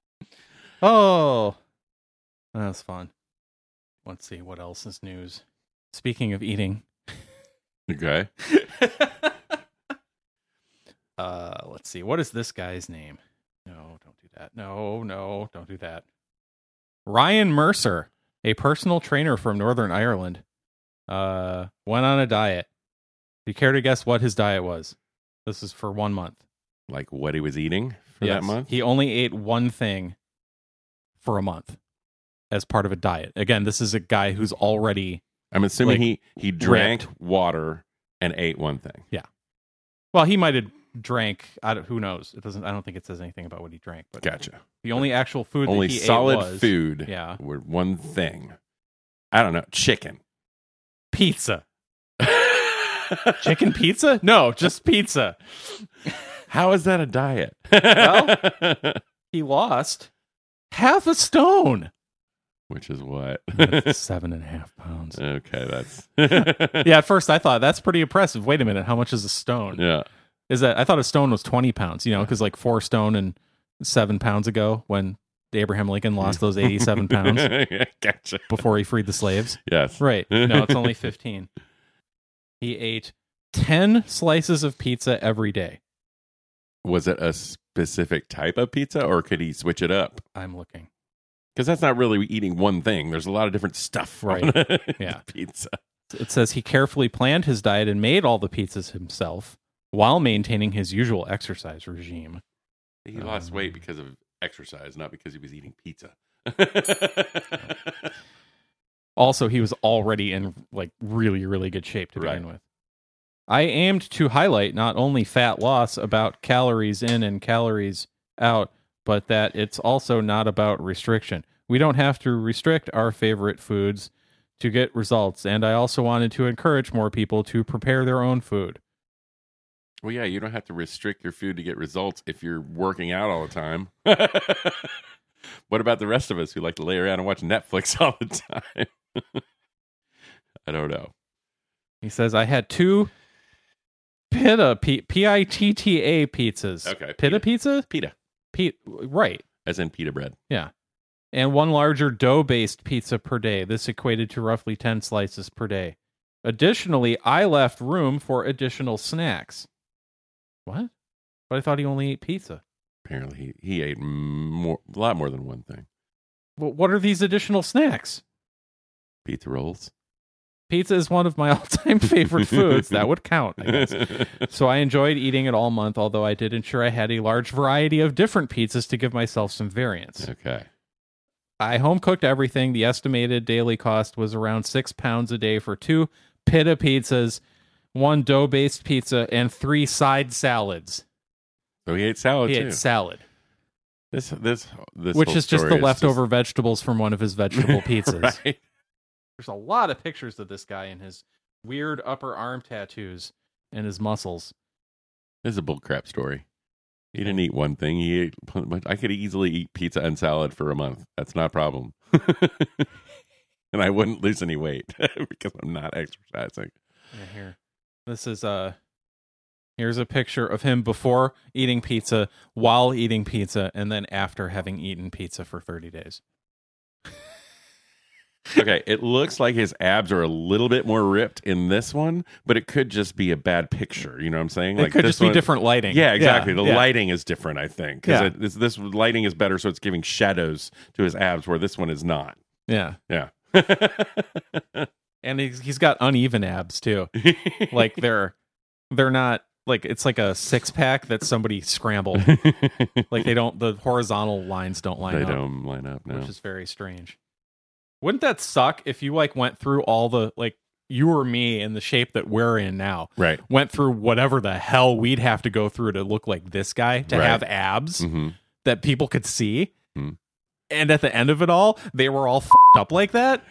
oh, that's fun. Let's see what else is news. Speaking of eating, Okay. uh, let's see. What is this guy's name? No, don't do that. No, no, don't do that. Ryan Mercer, a personal trainer from Northern Ireland, uh, went on a diet. Do you care to guess what his diet was? This is for one month. Like what he was eating for that Yes. month? He only ate one thing for a month as part of a diet. Again, this is a guy who's already I'm assuming Like, he he drank water and ate one thing. well, he might have drank. I don't, who knows? It doesn't. I don't think it says anything about what he drank. But Gotcha. the only actual food Only that he solid ate was food. Yeah. Were one thing. I don't know. Chicken. pizza. Chicken pizza? No, just pizza. How is that a diet? He lost half a stone. Which is what? Seven and a half pounds. okay, that's Yeah, at first I thought that's pretty impressive. Wait a minute, how much is a stone? yeah. is that I thought a stone was 20 pounds, you know, because like four stone and seven pounds ago when Abraham Lincoln lost those 87 pounds Yeah, gotcha. before he freed the slaves. Yes. Right. No, it's only 15. He ate 10 slices of pizza every day. Was it a specific type of pizza, or could he switch it up? I'm looking. Because that's not really eating one thing. There's a lot of different stuff, Right. on Yeah. Pizza. It says he carefully planned his diet and made all the pizzas himself while maintaining his usual exercise regime. He Um, lost weight because of exercise, not because he was eating pizza. Also, he was already in like really, really good shape to begin Right. with. I aimed to highlight not only fat loss about calories in and calories out, but that it's also not about restriction. We don't have to restrict our favorite foods to get results. And I also wanted to encourage more people to prepare their own food. well, yeah, you don't have to restrict your food to get results if you're working out all the time. what about the rest of us who like to lay around and watch Netflix all the time? I don't know. He says, I had two pita, P- P-I-T-T-A pizzas. Okay, Pita pita. pizza? Pita, P- right. as in pita bread. and one larger dough based pizza per day. This equated to roughly 10 slices per day. Additionally, I left room for additional snacks. What? But I thought he only ate pizza. Apparently, he, he ate more, a lot more than one thing. Wh- What are these additional snacks? Pizza rolls. Pizza is one of my all-time favorite foods. That would count, I guess. So I enjoyed eating it all month, although I did ensure I had a large variety of different pizzas to give myself some variance. okay. I home cooked everything. The estimated daily cost was around six pounds a day for two pita pizzas, one dough based pizza, and three side salads. So he ate salad he too. ate salad, this this Oh, this which whole is just story the is leftover vegetables from one of his vegetable pizzas. right? There's a lot of pictures of this guy and his weird upper arm tattoos and his muscles. This is a bullcrap story. He Oh. didn't eat one thing. He ate. pl- much- I could easily eat pizza and salad for a month. That's not a problem. and I wouldn't lose any weight because I'm not exercising. Yeah, here. This is uh here's a picture of him before eating pizza, while eating pizza, and then after having eaten pizza for 30 days. Okay, it looks like his abs are a little bit more ripped in this one, but it could just be a bad picture. You know what I'm saying? it could this just be one- different lighting. Yeah, exactly. the yeah. lighting is different, I think, Yeah. because this, this lighting is better, so it's giving shadows to his abs, where this one is not. Yeah. Yeah. And he's, he's got uneven abs too. Like they're they're not like it's like a six pack that somebody scrambled. like they don't the horizontal lines don't line they up. don't line up now. which is very strange. Wouldn't that suck if you like went through all the like you or me in the shape that we're in now right. went through whatever the hell we'd have to go through to look like this guy to Right. have abs Mhm. that people could see, Mhm. and at the end of it all, they were all fed up like that,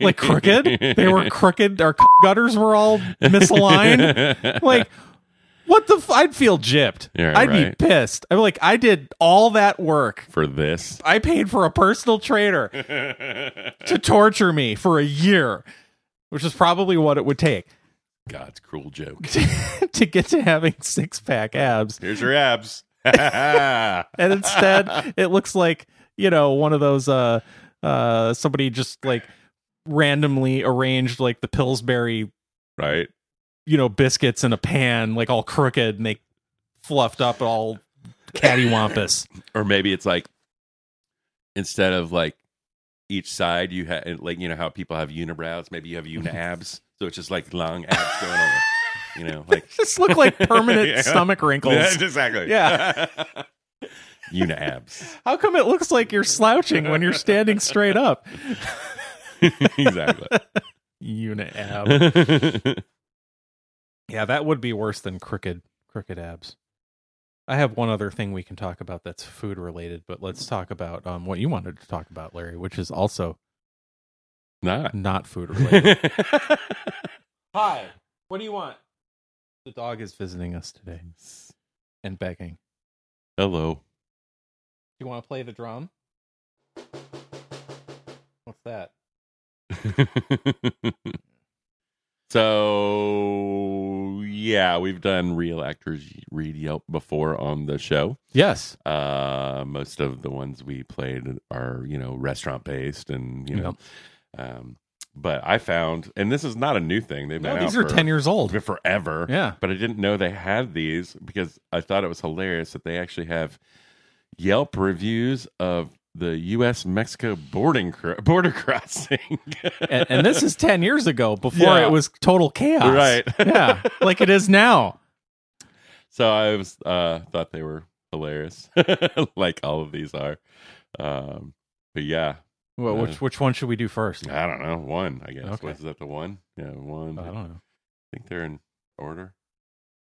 like crooked. they were crooked. Our gutters were all misaligned. like what the? F- I'd feel gypped. Yeah, I'd right. be pissed. I'm like I did all that work. for this. I paid for a personal trainer to torture me for a year, which is probably what it would take God's cruel joke. to, to get to having six pack abs. Here's your abs. yeah, And instead, it looks like, you know, one of those, uh, uh, somebody just like randomly arranged like the Pillsbury, right. you know, biscuits in a pan, like all crooked and they fluffed up all cattywampus. Or maybe it's like instead of like each side, you have like you know how people have unibrows. Maybe you have unabs, so it's just like long abs going over. You know, like just look like permanent Yeah. stomach wrinkles. exactly. Yeah. unabs. How come it looks like you're slouching when you're standing straight up? exactly. Unit ab. That's Yeah, that would be worse than crooked crooked abs. I have one other thing we can talk about that's food related, but let's talk about um, what you wanted to talk about, Larry, which is also not. not food related. Hi, what do you want? The dog is visiting us today and begging. Hello. Do you want to play the drum? What's that? so yeah, we've done real actors read Yelp before on the show. Yes. Uh, most of the ones we played are you know restaurant based and you know, um, but I found and this is not a new thing. They've been No, out these are for, 10 years old. forever. Yeah. but I didn't know they had these because I thought it was hilarious that they actually have Yelp reviews of the U.S. Mexico boarding cro- border crossing. and, and this is 10 years ago before Yeah. it was total chaos. Right. yeah. Like it is now. so I was uh, thought they were hilarious, like all of these are. Um, but yeah, Well, Uh, which which one should we do first? I don't know. One, I guess. Okay. Was that the one? Yeah, one. I don't know. think they're in order.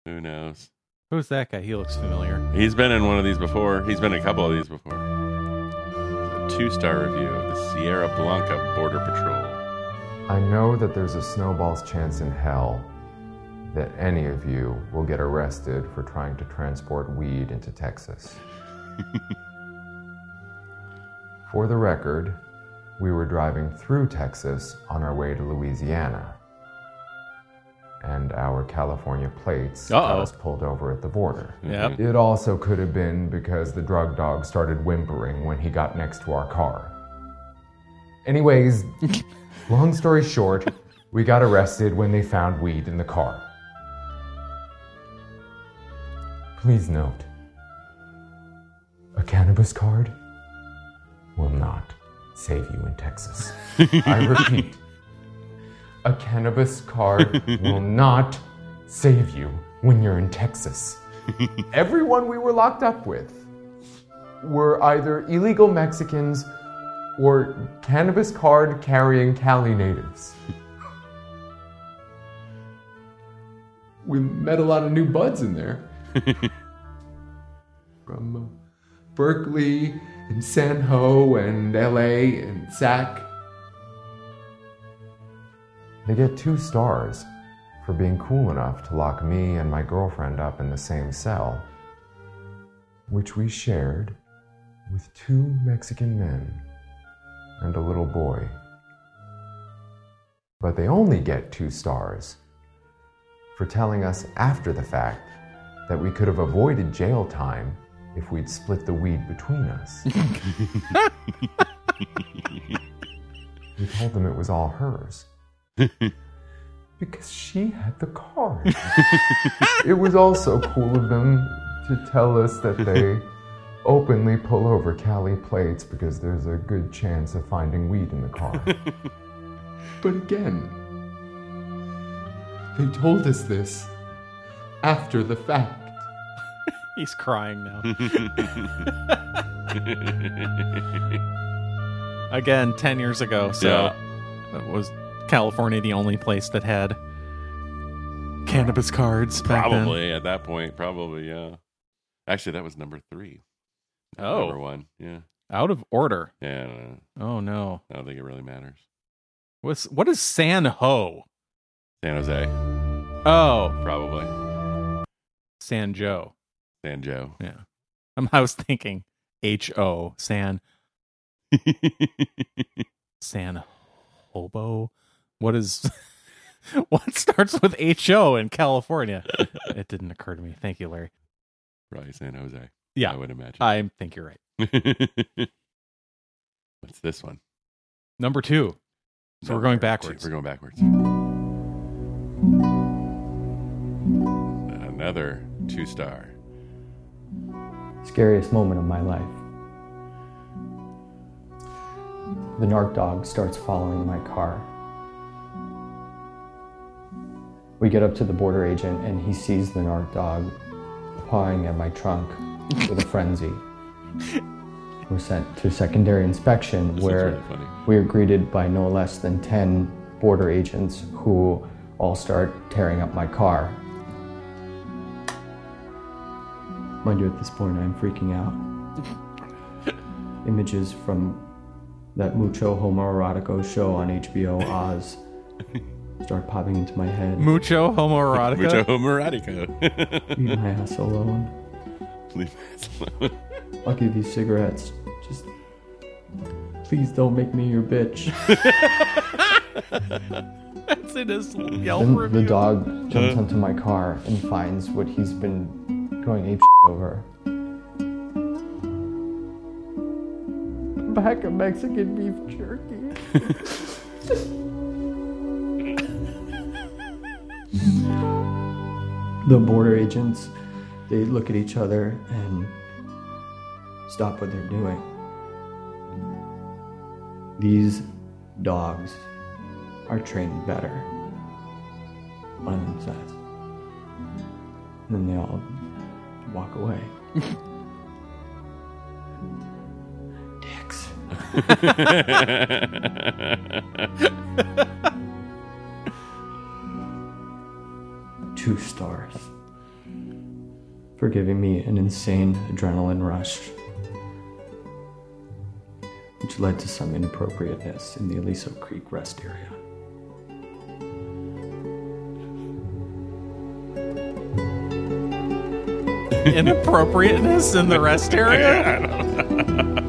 Who knows? Who's that guy? He looks familiar. He's been in one of these before. He's been in a couple of these before. A two-star review of the Sierra Blanca Border Patrol. I know that there's a snowball's chance in hell that any of you will get arrested for trying to transport weed into Texas. for the record, we were driving through Texas on our way to Louisiana. And our California plates got Uh-oh. Hmm. us pulled over at the border. Mm-hmm. Yep. It also could have been because the drug dog started whimpering when he got next to our car. Anyways, long story short, we got arrested when they found weed in the car. Please note a cannabis card will not save you in Texas. I repeat, a cannabis card will not save you when you're in Texas. Everyone we were locked up with were either illegal Mexicans or cannabis card carrying Cali natives. we met a lot of new buds in there from uh, Berkeley and San Ho and LA and SAC. They get two stars for being cool enough to lock me and my girlfriend up in the same cell, which we shared with two Mexican men and a little boy. But they only get two stars for telling us after the fact that we could have avoided jail time if we'd split the weed between us. we told them it was all hers. because she had the car. it was also cool of them to tell us that they openly pull over Cali plates because there's a good chance of finding weed in the car. but again, they told us this after the fact. He's crying now. Again, 10 years ago. So that was California the only place that had cannabis cards back then? Probably at that point. Probably, yeah. Actually, that was number three. Not Oh. Number one. Yeah. Out of order. Yeah. I don't, know. Oh, no. I don't think it really matters. What's, what is San Ho? San Jose, Oh, probably. San Joe. San Joe. Yeah. Um, I was thinking H O, San, San Hobo. What is, what starts with H O in California? it didn't occur to me. Thank you, Larry. Probably San Jose. Yeah. Uh, I would imagine. I think you're right. What's this one? Number two. So we're going backwards. We're going backwards. Another two star. Scariest moment of my life. The narc dog starts following my car. We get up to the border agent and he sees the narc dog pawing at my trunk with a frenzy. We're sent to secondary inspection This where is really funny. we are greeted by no less than 10 border agents who all start tearing up my car. Mind you, at this point, I'm freaking out. Images from that mucho homoerotico show on HBO Oz start popping into my head. Mucho Mucho homoerotica. homoerotico. Leave my ass alone. Leave us alone. Lucky these cigarettes. Just please don't make me your bitch. That's in his Yelp Then review. the dog jumps onto my car and finds what he's been going ape over. Pack of Mexican beef jerky. the border agents, they look at each other and stop what they're doing. These dogs are trained better. One of them says. And then they all walk away. Dicks. Two stars. For giving me an insane adrenaline rush. Which led to some inappropriateness in the Aliso Creek rest area. Inappropriateness in the rest area.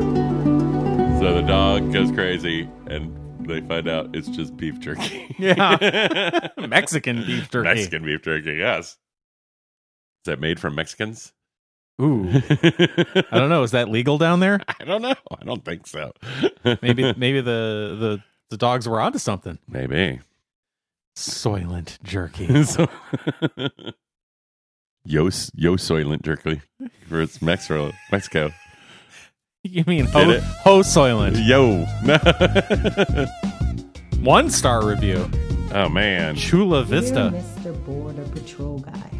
So the dog goes crazy, and they find out it's just beef jerky. Yeah. Mexican beef jerky. Mexican beef jerky, yes. Is that made from Mexicans? Ooh. I I don't know. Is that legal down there? don't know. I don't think so. Maybe maybe the the, the dogs were onto something. Maybe. Soylent jerky. So- Yo, yo, Soylent Jerky for its Mexico. Mexico. You mean Did it. Ho, Ho Soylent? Yo. One star review. oh man. Chula Dear Vista. Mr. Border Patrol guy,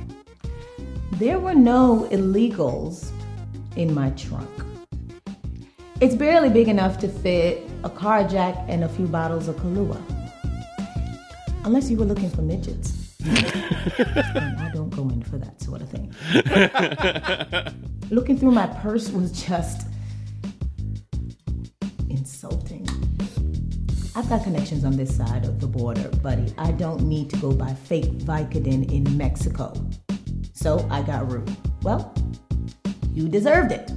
there were no illegals in my trunk. It's barely big enough to fit a car jack and a few bottles of Kahlua. Unless you were looking for midgets. and I don't go in for that sort of thing. looking through my purse was just insulting. I've got connections on this side of the border, buddy. I don't need to go buy fake Vicodin in Mexico. So I got rude. Well, you deserved it.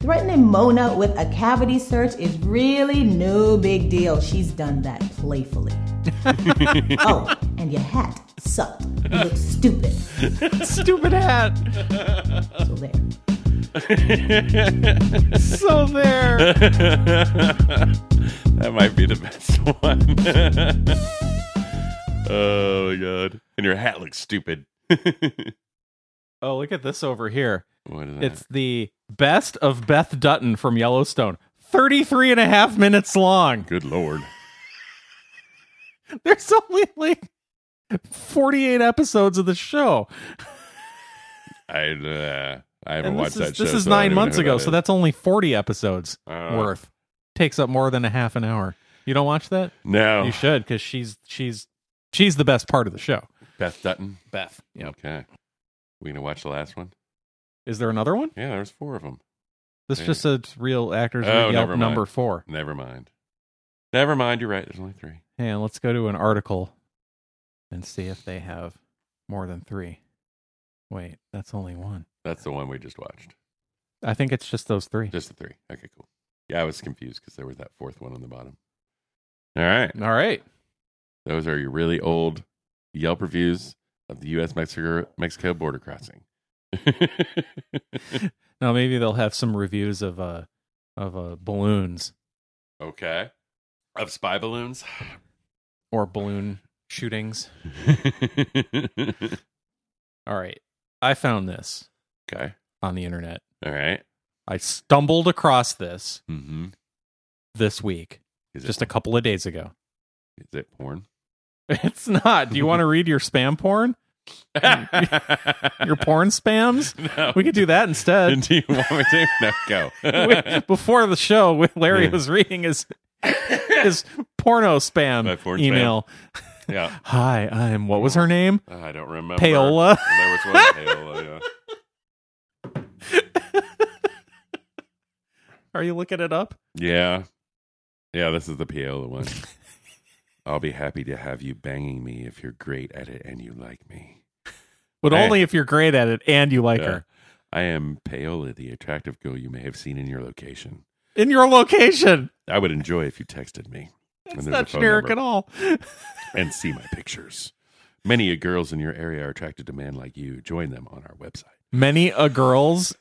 Threatening Mona with a cavity search is really no big deal. She's done that playfully. oh, and your hat sucked. You look stupid. Stupid hat. So there. So there. that might be the best one. oh my god. And your hat looks stupid. what Oh, look at this over here. is that? It's the best of Beth Dutton from Yellowstone. 33 and a half minutes long. Good lord. There's only like 48 episodes of the show. I uh, I haven't And this watched that is, show. this is so I don't nine even know months who ago, that so is. that's only 40 episodes Uh. worth. Takes up more than a half an hour. You don't watch that? no You should, because she's she's she's the best part of the show. Beth Dutton. Beth. Yep. Okay. We gonna watch the last one? Is there another one? Yeah, there's four of them. This Yeah. just says real actors Oh, oh, never Yelp mind. number four. Never mind. Never mind. You're right. There's only three. And let's go to an article and see if they have more than three. Wait, that's only one. That's the one we just watched. I think it's just those three. Just the three. Okay, cool. Yeah, I was confused because there was that fourth one on the bottom. All right. All right. Those are your really old Yelp reviews of the U.S. Mexico Mexico border crossing. Now maybe they'll have some reviews of uh of uh balloons okay. Of spy balloons. or balloon shootings. okay. All right. I found this on the internet. All right. I stumbled across this Mm-hmm. this week, Is just a it, couple of days ago. is it porn? It's not. Do you want to read your spam porn? Your porn spams? No. We could do that instead. Do you want me to? No, go. Wi- before the show when Larry Yeah. was reading his his porno My spam porn spam. email. yeah. Hi, I'm what was her name? Oh, I don't remember. Paola. There was one payola, yeah. Are you looking it up? Yeah. Yeah, this is the payola one. I'll be happy to have you banging me if you're great at it and you like me. But Hey. only if you're great at it and you like Yeah. her. I am Paola, the attractive girl you may have seen in your location. In your location. I would enjoy if you texted me. It's And there's a not phone generic number. at all. and see my pictures. Many a girls in your area are attracted to men like you. Join them on our website. Many a girls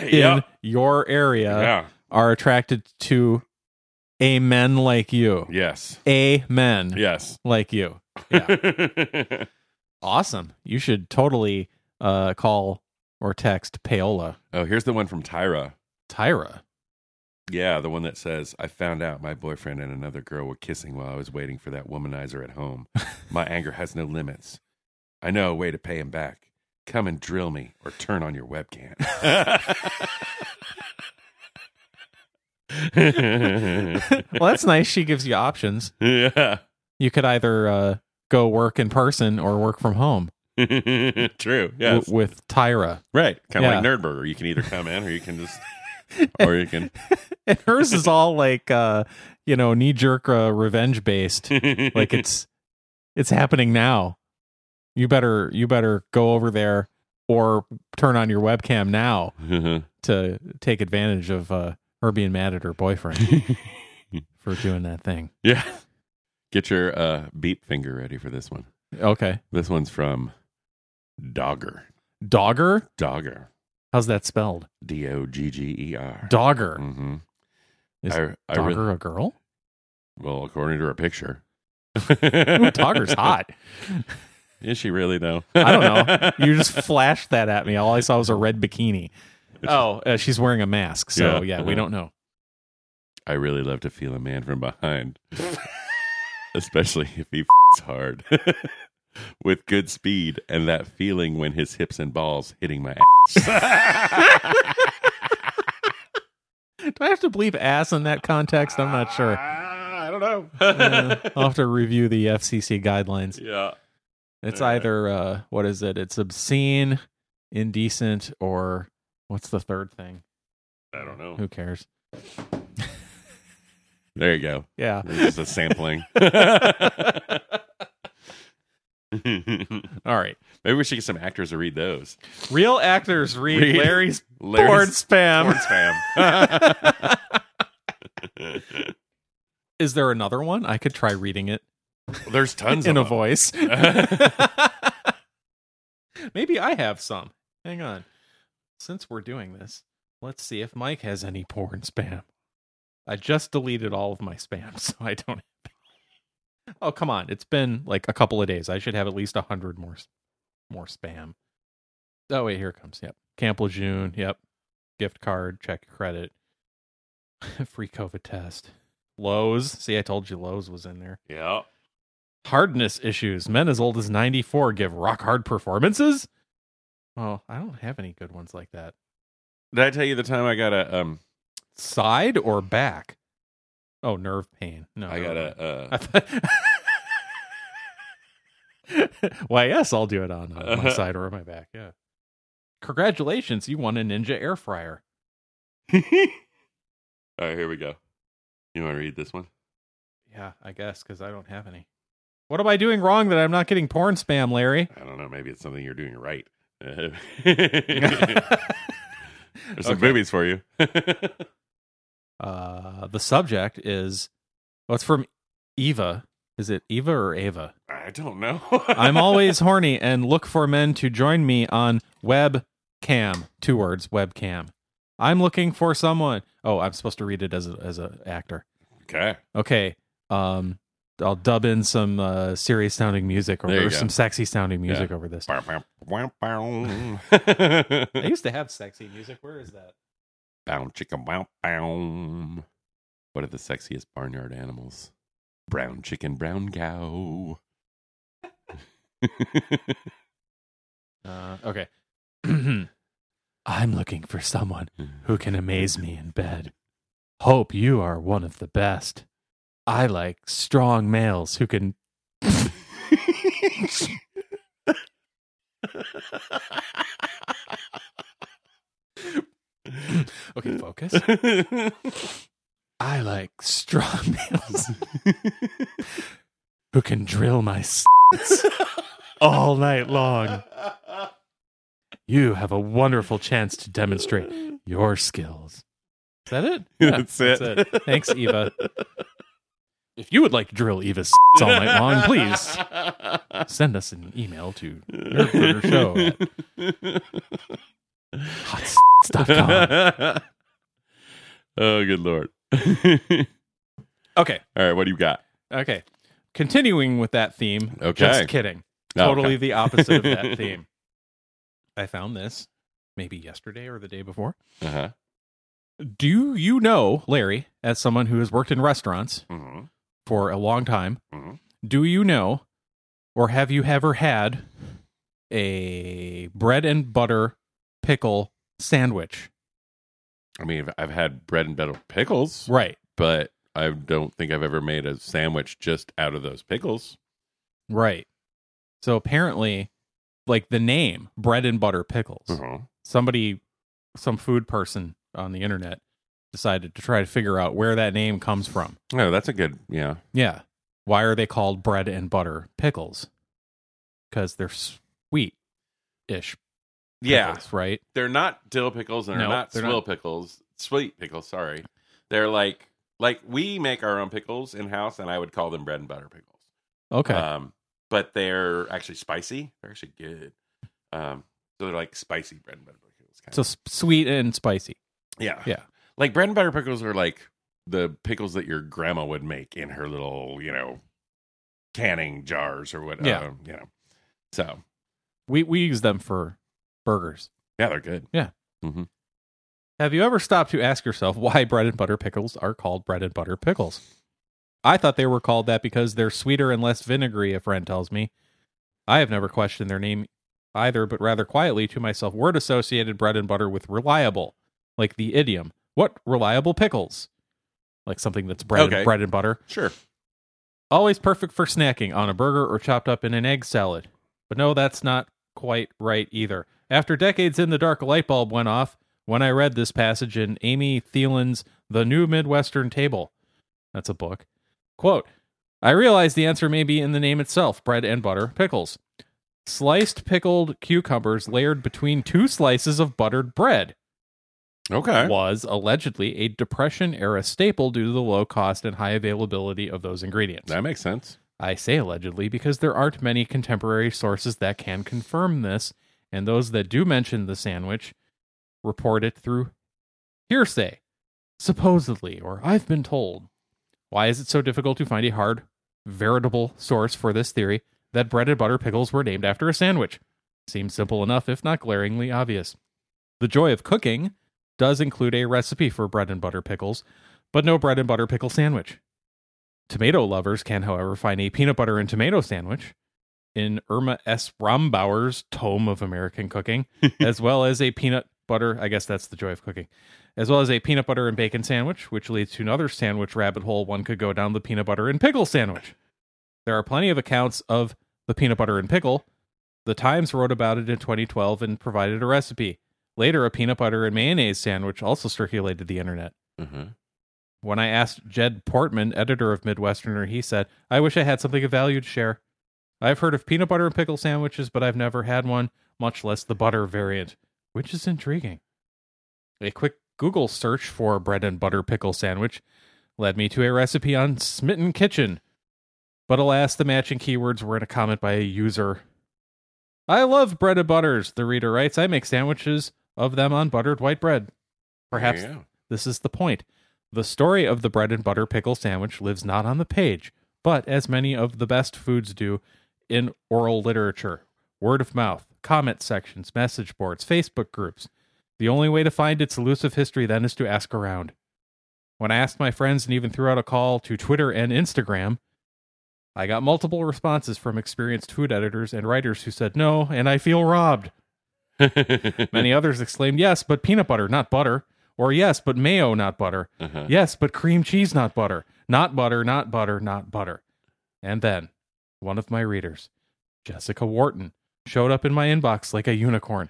in Yeah. your area yeah. are attracted to a men like you. Yes. A men Yes. like you. Awesome. You should totally uh, call or text Paola oh, here's the one from Tyra. Tyra. Yeah, the one that says, I found out my boyfriend and another girl were kissing while I was waiting for that womanizer at home. My anger has no limits. I know a way to pay him back. Come and drill me or turn on your webcam. well, that's nice. She gives you options. yeah. You could either uh, go work in person or work from home True. w- Yes. with Tyra. right. Kind of Yeah. like Nerdburger. You can either come in or you can just, or you can. And hers is all like, uh, you know, knee jerk uh, revenge based. Like it's it's happening now. You better you better go over there or turn on your webcam now to take advantage of uh, her being mad at her boyfriend for doing that thing. yeah. Get your uh, beep finger ready for this one. Okay, This one's from Dogger. Dogger. Dogger. How's that spelled? D O G G E R. Dogger. Mm-hmm. Is I, I Dogger really, a girl? well, according to her picture, Ooh, Dogger's hot. Is she really though? I don't know. you just flashed that at me. All I saw was a red bikini. Oh, uh, she's wearing a mask. So Yeah. Uh-huh. yeah, we don't know. I really love to feel a man from behind, especially if he f***s hard with good speed and that feeling when his hips and balls hitting my ass. Do I have to believe ass in that context? I'm not sure. I don't know. Uh, I'll have to review the FCC guidelines. yeah. It's All right. either uh, what is it? It's obscene, indecent, or what's the third thing? I don't know. Who cares? There you go. Yeah. This is a sampling. Maybe All right. we should get some actors to read those. Real actors read, Read Larry's, Larry's porn spam. porn spam. Is there another one? I could try reading it There's tons in a of them. voice. Maybe I have some. Hang on. Since we're doing this, let's see if Mike has any porn spam. I just deleted all of my spam, so I don't. Oh come on! It's been like a couple of days. I should have at least a hundred more, s- more spam. Oh wait, here it comes. Yep, Camp Lejeune. Yep, gift card, check credit, free COVID test, Lowe's. See, I told you Lowe's was in there. Yeah. Hardness issues. Men as old as 94 give rock hard performances? Oh, I don't have any good ones like that. Did I tell you the time I got a um Side or back? Oh, nerve pain. No. I no, got no. a uh I thought- Why, yes, I'll do it on, on my Uh-huh. side or my back. Yeah. Congratulations, you won a Ninja air fryer. All right, here we go. You want to read this one? Yeah, I guess, because I don't have any. What am I doing wrong that I'm not getting porn spam, Larry? I don't know. Maybe it's something you're doing right. There's some Okay. boobies for you. Uh, the subject is what's from Eva. Is it Eva or Ava? I don't know. I'm always horny and look for men to join me on webcam. Two words, webcam. I'm looking for someone. Oh, I'm supposed to read it as a, as a actor. okay. Okay. Um, I'll dub in some uh, serious sounding music or, There you or go. some sexy sounding music Yeah. over this. Bow, bow, wow, bow. I used to have sexy music. Where is that? Bow, chicka, bow, bow. What are the sexiest barnyard animals? Brown chicken, brown cow. Uh, okay. I'm looking for someone who can amaze me in bed. Hope you are one of the best. I like strong males who can. okay, focus. I like strong males who can drill my s all night long. You have a wonderful chance to demonstrate your skills. Is that it? That's it. Thanks, Eva. If you would like to drill Eva's s- all night long, please send us an email to nerdburgershow at hotss.com. oh, good lord. All Okay. right, what do you got? Okay. Continuing with that theme. Okay. Just kidding. Oh, Totally the opposite of that theme. I found this maybe yesterday or the day before. okay. Uh-huh. Do you know, Larry, as someone who has worked in restaurants Mhm. for a long time, Mhm. do you know or have you ever had a bread and butter pickle sandwich? I mean, I've, I've had bread and butter pickles, Right. but I don't think I've ever made a sandwich just out of those pickles. Right. So apparently, like the name bread and butter pickles, Mm-hmm. somebody, some food person on the internet decided to try to figure out where that name comes from. Oh, that's a good, yeah. Yeah. Why are they called bread and butter pickles? Because they're sweet ish. Pickles, right? They're not dill pickles and they're No, not they're swill not. pickles. Sweet pickles, sorry. They're like, like we make our own pickles in house and I would call them bread and butter pickles. Okay. Um, but they're actually spicy. They're actually good. Um, so they're like spicy bread and butter pickles. Kind so s- sweet and spicy. of. yeah, yeah. Like bread and butter pickles are like the pickles that your grandma would make in her little, you know, canning jars or whatever. Yeah. you know, So We we use them for burgers. yeah, they're good. Have you ever stopped to ask yourself why bread and butter pickles are called bread and butter pickles? I thought they were called that because they're sweeter and less vinegary, a friend tells me. I have never questioned their name either, but rather quietly to myself, word associated bread and butter with reliable, like the idiom. What reliable pickles? Like something that's bread, Okay. and, bread and butter. Sure. Always perfect for snacking on a burger or chopped up in an egg salad. But no, that's not quite right either. After decades in the dark, a light bulb went off when I read this passage in Amy Thielen's The New Midwestern Table. That's a book. Quote I realize the answer may be in the name itself bread and butter, pickles. Sliced pickled cucumbers layered between two slices of buttered bread Okay. was allegedly a Depression era staple due to the low cost and high availability of those ingredients. That makes sense. I say allegedly because there aren't many contemporary sources that can confirm this, and those that do mention the sandwich report it through hearsay, supposedly, or I've been told. Why is it so difficult to find a hard, veritable source for this theory that bread and butter pickles were named after a sandwich? Seems simple enough, if not glaringly obvious. The joy of cooking does include a recipe for bread and butter pickles, but no bread and butter pickle sandwich. Tomato lovers can, however, find a peanut butter and tomato sandwich in Irma S. Rombauer's Tome of American Cooking, as well as a peanut butter, I guess that's the joy of cooking, as well as a peanut butter and bacon sandwich, which leads to another sandwich rabbit hole one could go down the peanut butter and pickle sandwich. There are plenty of accounts of the peanut butter and pickle. The Times wrote about it in 2012 and provided a recipe. Later, a peanut butter and mayonnaise sandwich also circulated the internet. Uh-huh. When I asked Jed Portman, editor of Midwesterner, he said, I wish I had something of value to share. I've heard of peanut butter and pickle sandwiches, but I've never had one, much less the butter variant, which is intriguing. A quick Google search for bread and butter pickle sandwich led me to a recipe on Smitten Kitchen. But alas, the matching keywords were in a comment by a user. I love bread and butters, the reader writes. I make sandwiches of them on buttered white bread. Perhaps There you go. this is the point. The story of the bread and butter pickle sandwich lives not on the page, but as many of the best foods do in oral literature, word of mouth, comment sections, message boards, Facebook groups. The only way to find its elusive history then is to ask around. When I asked my friends and even threw out a call to Twitter and Instagram, I got multiple responses from experienced food editors and writers who said no, and I feel robbed. Many others exclaimed, yes, but peanut butter, not butter. Or yes, but mayo, not butter. Yes, but cream cheese, not butter. Not butter, not butter, not butter. And then one of my readers, Jessica Wharton, showed up in my inbox like a unicorn.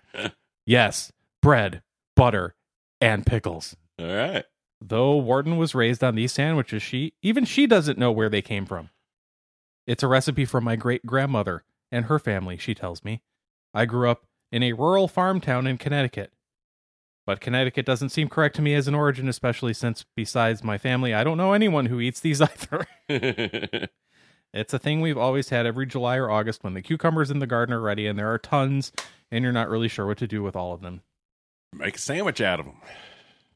yes, bread, butter, and pickles. All right. Though Warden was raised on these sandwiches, she even she doesn't know where they came from. It's a recipe from my great grandmother and her family, she tells me. I grew up in a rural farm town in Connecticut. But Connecticut doesn't seem correct to me as an origin, especially since besides my family, I don't know anyone who eats these either. It's a thing we've always had every July or August when the cucumbers in the garden are ready and there are tons and you're not really sure what to do with all of them. Make a sandwich out of them.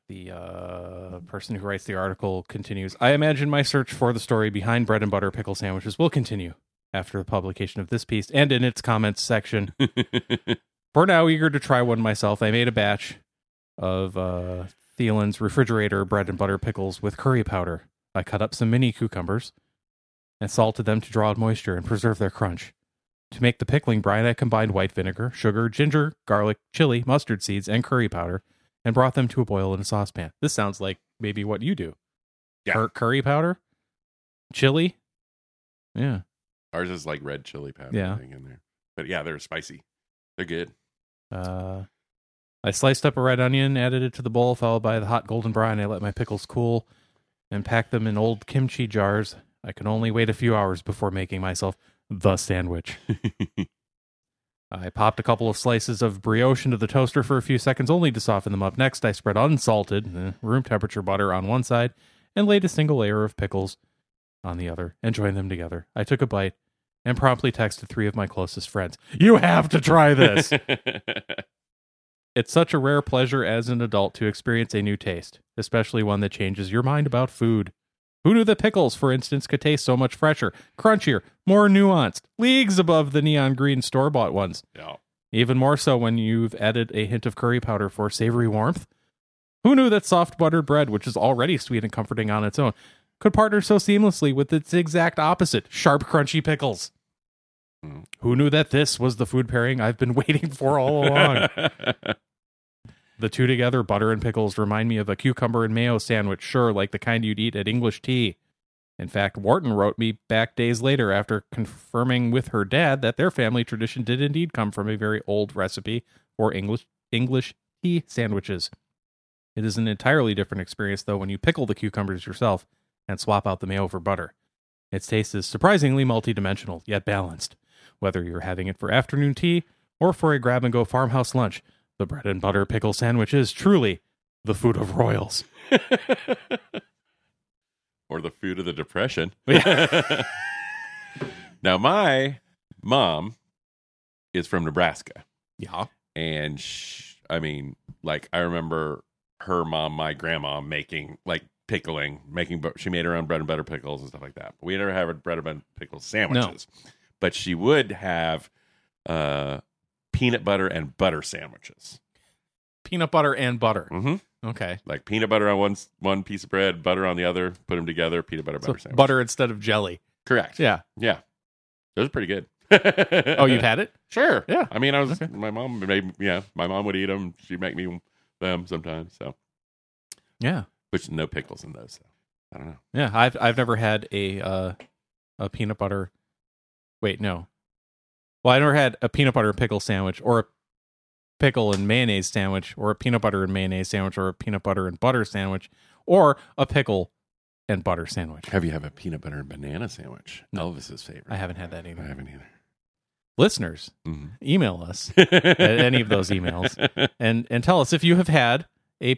the uh, person who writes the article continues i imagine my search for the story behind bread and butter pickle sandwiches will continue after the publication of this piece and in its comments section for now eager to try one myself i made a batch of uh, thielen's refrigerator bread and butter pickles with curry powder i cut up some mini cucumbers and salted them to draw out moisture and preserve their crunch to make the pickling brine, I combined white vinegar, sugar, ginger, garlic, chili, mustard seeds, and curry powder, and brought them to a boil in a saucepan. This sounds like maybe what you do. Yeah. Cur- curry powder, chili. Yeah. Ours is like red chili powder Yeah. thing in there. But yeah, they're spicy. They're good. Uh, I sliced up a red onion, added it to the bowl, followed by the hot golden brine. I let my pickles cool and packed them in old kimchi jars. I could only wait a few hours before making myself the sandwich. I popped a couple of slices of brioche into the toaster for a few seconds only to soften them up. Next, I spread unsalted, eh, room temperature butter on one side and laid a single layer of pickles on the other and joined them together. I took a bite and promptly texted three of my closest friends. You have to try this. It's such a rare pleasure as an adult to experience a new taste, especially one that changes your mind about food. Who knew the pickles, for instance, could taste so much fresher, crunchier, more nuanced, leagues above the neon green store bought ones? Yeah. Even more so when you've added a hint of curry powder for savory warmth. Who knew that soft buttered bread, which is already sweet and comforting on its own, could partner so seamlessly with its exact opposite, sharp, crunchy pickles? Mm. Who knew that this was the food pairing I've been waiting for all along? The two together, butter and pickles, remind me of a cucumber and mayo sandwich, sure, like the kind you'd eat at English tea. In fact, Wharton wrote me back days later after confirming with her dad that their family tradition did indeed come from a very old recipe for English English tea sandwiches. It is an entirely different experience though when you pickle the cucumbers yourself and swap out the mayo for butter. Its taste is surprisingly multidimensional, yet balanced. Whether you're having it for afternoon tea or for a grab and go farmhouse lunch, the bread and butter pickle sandwich is truly the food of royals. or the food of the depression. now, my mom is from Nebraska, Yeah. and sh I mean, like I remember her mom, my grandma, making like pickling, making. bu- She made her own bread and butter pickles and stuff like that. But we never had bread and butter pickle sandwiches, but she would have uh, peanut butter and butter sandwiches. Peanut butter and butter. Mm-hmm. Okay. Like peanut butter on one s- one piece of bread, butter on the other. Put them together. Peanut butter So butter sandwich. butter instead of jelly. Correct. Yeah. Yeah. Those are pretty good. Oh, you've had it? Sure. Yeah. I mean, I was Okay. my mom made yeah, my mom would eat them. She'd make me them sometimes. So, Yeah. which no pickles in those. So. I don't know. Yeah. I've I've never had a uh a peanut butter wait, no. Well, I never had a peanut butter and pickle sandwich or a pickle and mayonnaise sandwich or a peanut butter and mayonnaise sandwich or a peanut butter and butter sandwich or a pickle and butter sandwich. Have you have a peanut butter and banana sandwich? Elvis's favorite. I haven't had that I either. haven't either. Listeners, Mhm. email us any of those emails. and and tell us if you have had a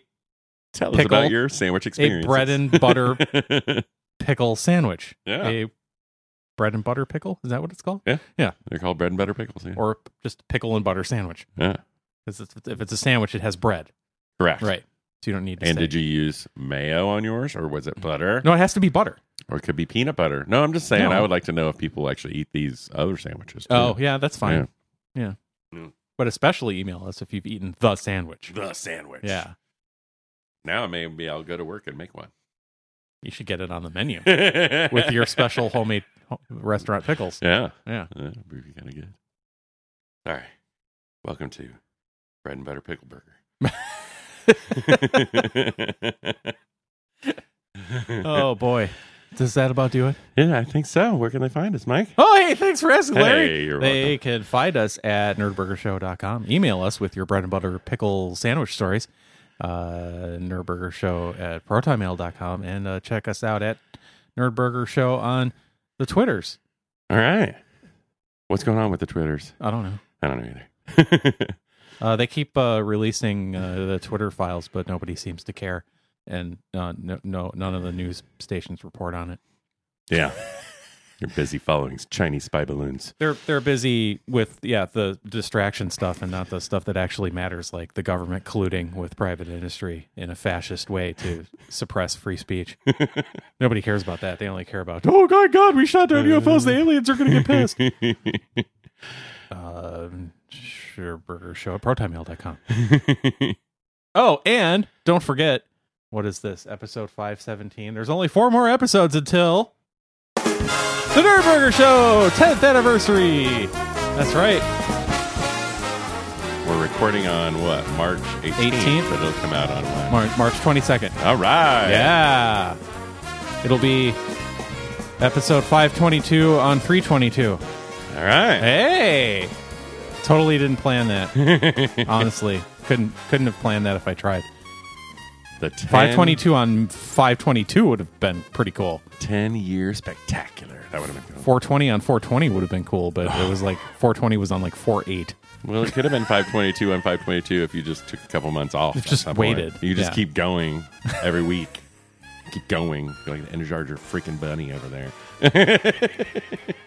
Tell us Pickle, about your sandwich experience. bread and butter- They're pickle sandwich. Yeah. A bread and butter pickle? Is that what it's called? called bread and butter pickles. Yeah. Or just pickle and butter sandwich? yeah. Because if it's a sandwich, it has bread. Correct. Right. So you don't need to And say- did you use mayo on yours, or was it Mm. butter? No, it has to be butter. Or it could be peanut butter. No, I'm just saying. No. I would like to know if people actually eat these other sandwiches. too. Oh, yeah, that's fine. Yeah. Yeah. But especially email us if you've eaten the sandwich. the sandwich. Yeah. Now maybe I'll go to work and make one You should get it on the menu with with your special homemade ho- restaurant pickles. Yeah, Yeah. that'd Uh, be kind of good. All right, welcome to bread and butter pickle burger. Oh, boy. Does that about do it? yeah, I think so. Where can they find us, Mike? Oh, hey, thanks for asking, Larry. Hey, you're they can find us at nerdburgershow.com. Email us with your bread and butter pickle sandwich stories. Uh, nerdburgershow at protonmail.com. And uh, check us out at Nerdburger Show on the Twitters. All right, what's going on with the twitters? I don't know. I don't know either. Uh, they keep uh, releasing uh, the Twitter files, but nobody seems to care. And uh, no, no, none of the news stations report on it. yeah, you're busy following Chinese spy balloons. They're they're busy with yeah the distraction stuff and not the stuff that actually matters, like the government colluding with private industry in a fascist way to suppress free speech. Nobody cares about that. They only care about oh god god we shot down UFOs. The aliens are going to get pissed. um, sure, burger show at protonmail.com. Oh, and don't forget, what is this? Episode 517. There's only four more episodes until The Nerdburger Show 10th anniversary. That's right. We're recording on what March 18th, 18th? but it'll come out on what? March, March 22nd. All right. Yeah. It'll be episode 522 on 322. All right. Hey. Totally didn't plan that. Honestly, couldn't couldn't have planned that if I tried. The 10, 522 on 522 would have been pretty cool. 10 year spectacular. That would have been cool. 420 on 420 would have been cool, but it was like 420 was on like 48. Well, it could have been 522 on 522 if you just took a couple months off. If at just some point. waited. You just Yeah. keep going every week. keep going. You're like an Energizer freaking bunny over there.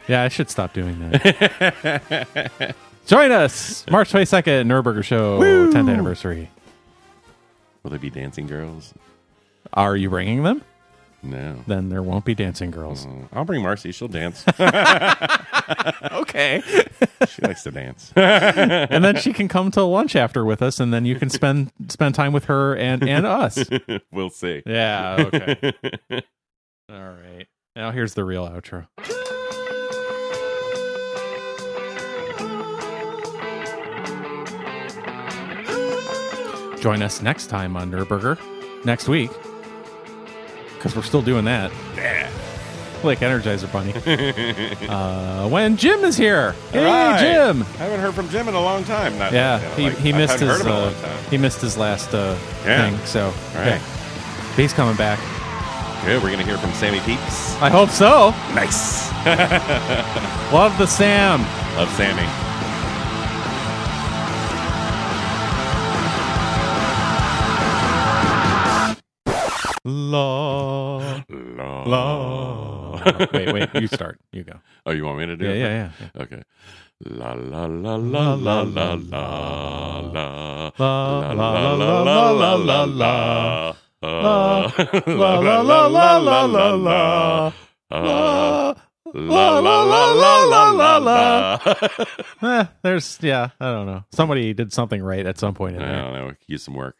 Yeah, I should stop doing that. Join us March 22nd, Nurburger Show, 10th anniversary. Will there be dancing girls? Are you bringing them? No. then there won't be dancing girls. Mm, I'll bring Marcy. She'll dance. Okay. she likes to dance. and then she can come to lunch after with us, and then you can spend spend time with her and and us. we'll see. Yeah. Okay. All right. Now here's the real outro. Join us next time on Nurburger next week because we're still doing that. Yeah. Like Energizer Bunny. uh, when Jim is here. Hey, Right. Jim. I haven't heard from Jim in a long time. Not, Yeah, you know, he, like, he I missed haven't his heard him in a uh, long time. he missed his last uh, Yeah. thing. So right. yeah. But he's coming back. Good. We're gonna hear from Sammy Peeps. I hope so. Nice. Love the Sam. Love Sammy. La, la. wait, wait. You start. You go. Oh, you want me to do Yeah, it? yeah, yeah. Okay. La la la la la la la la la la la la la la la la la la la la la la la la la la la la la. Eh, there's yeah. I don't know. Somebody did something right at some point in I there. don't know. Use some work.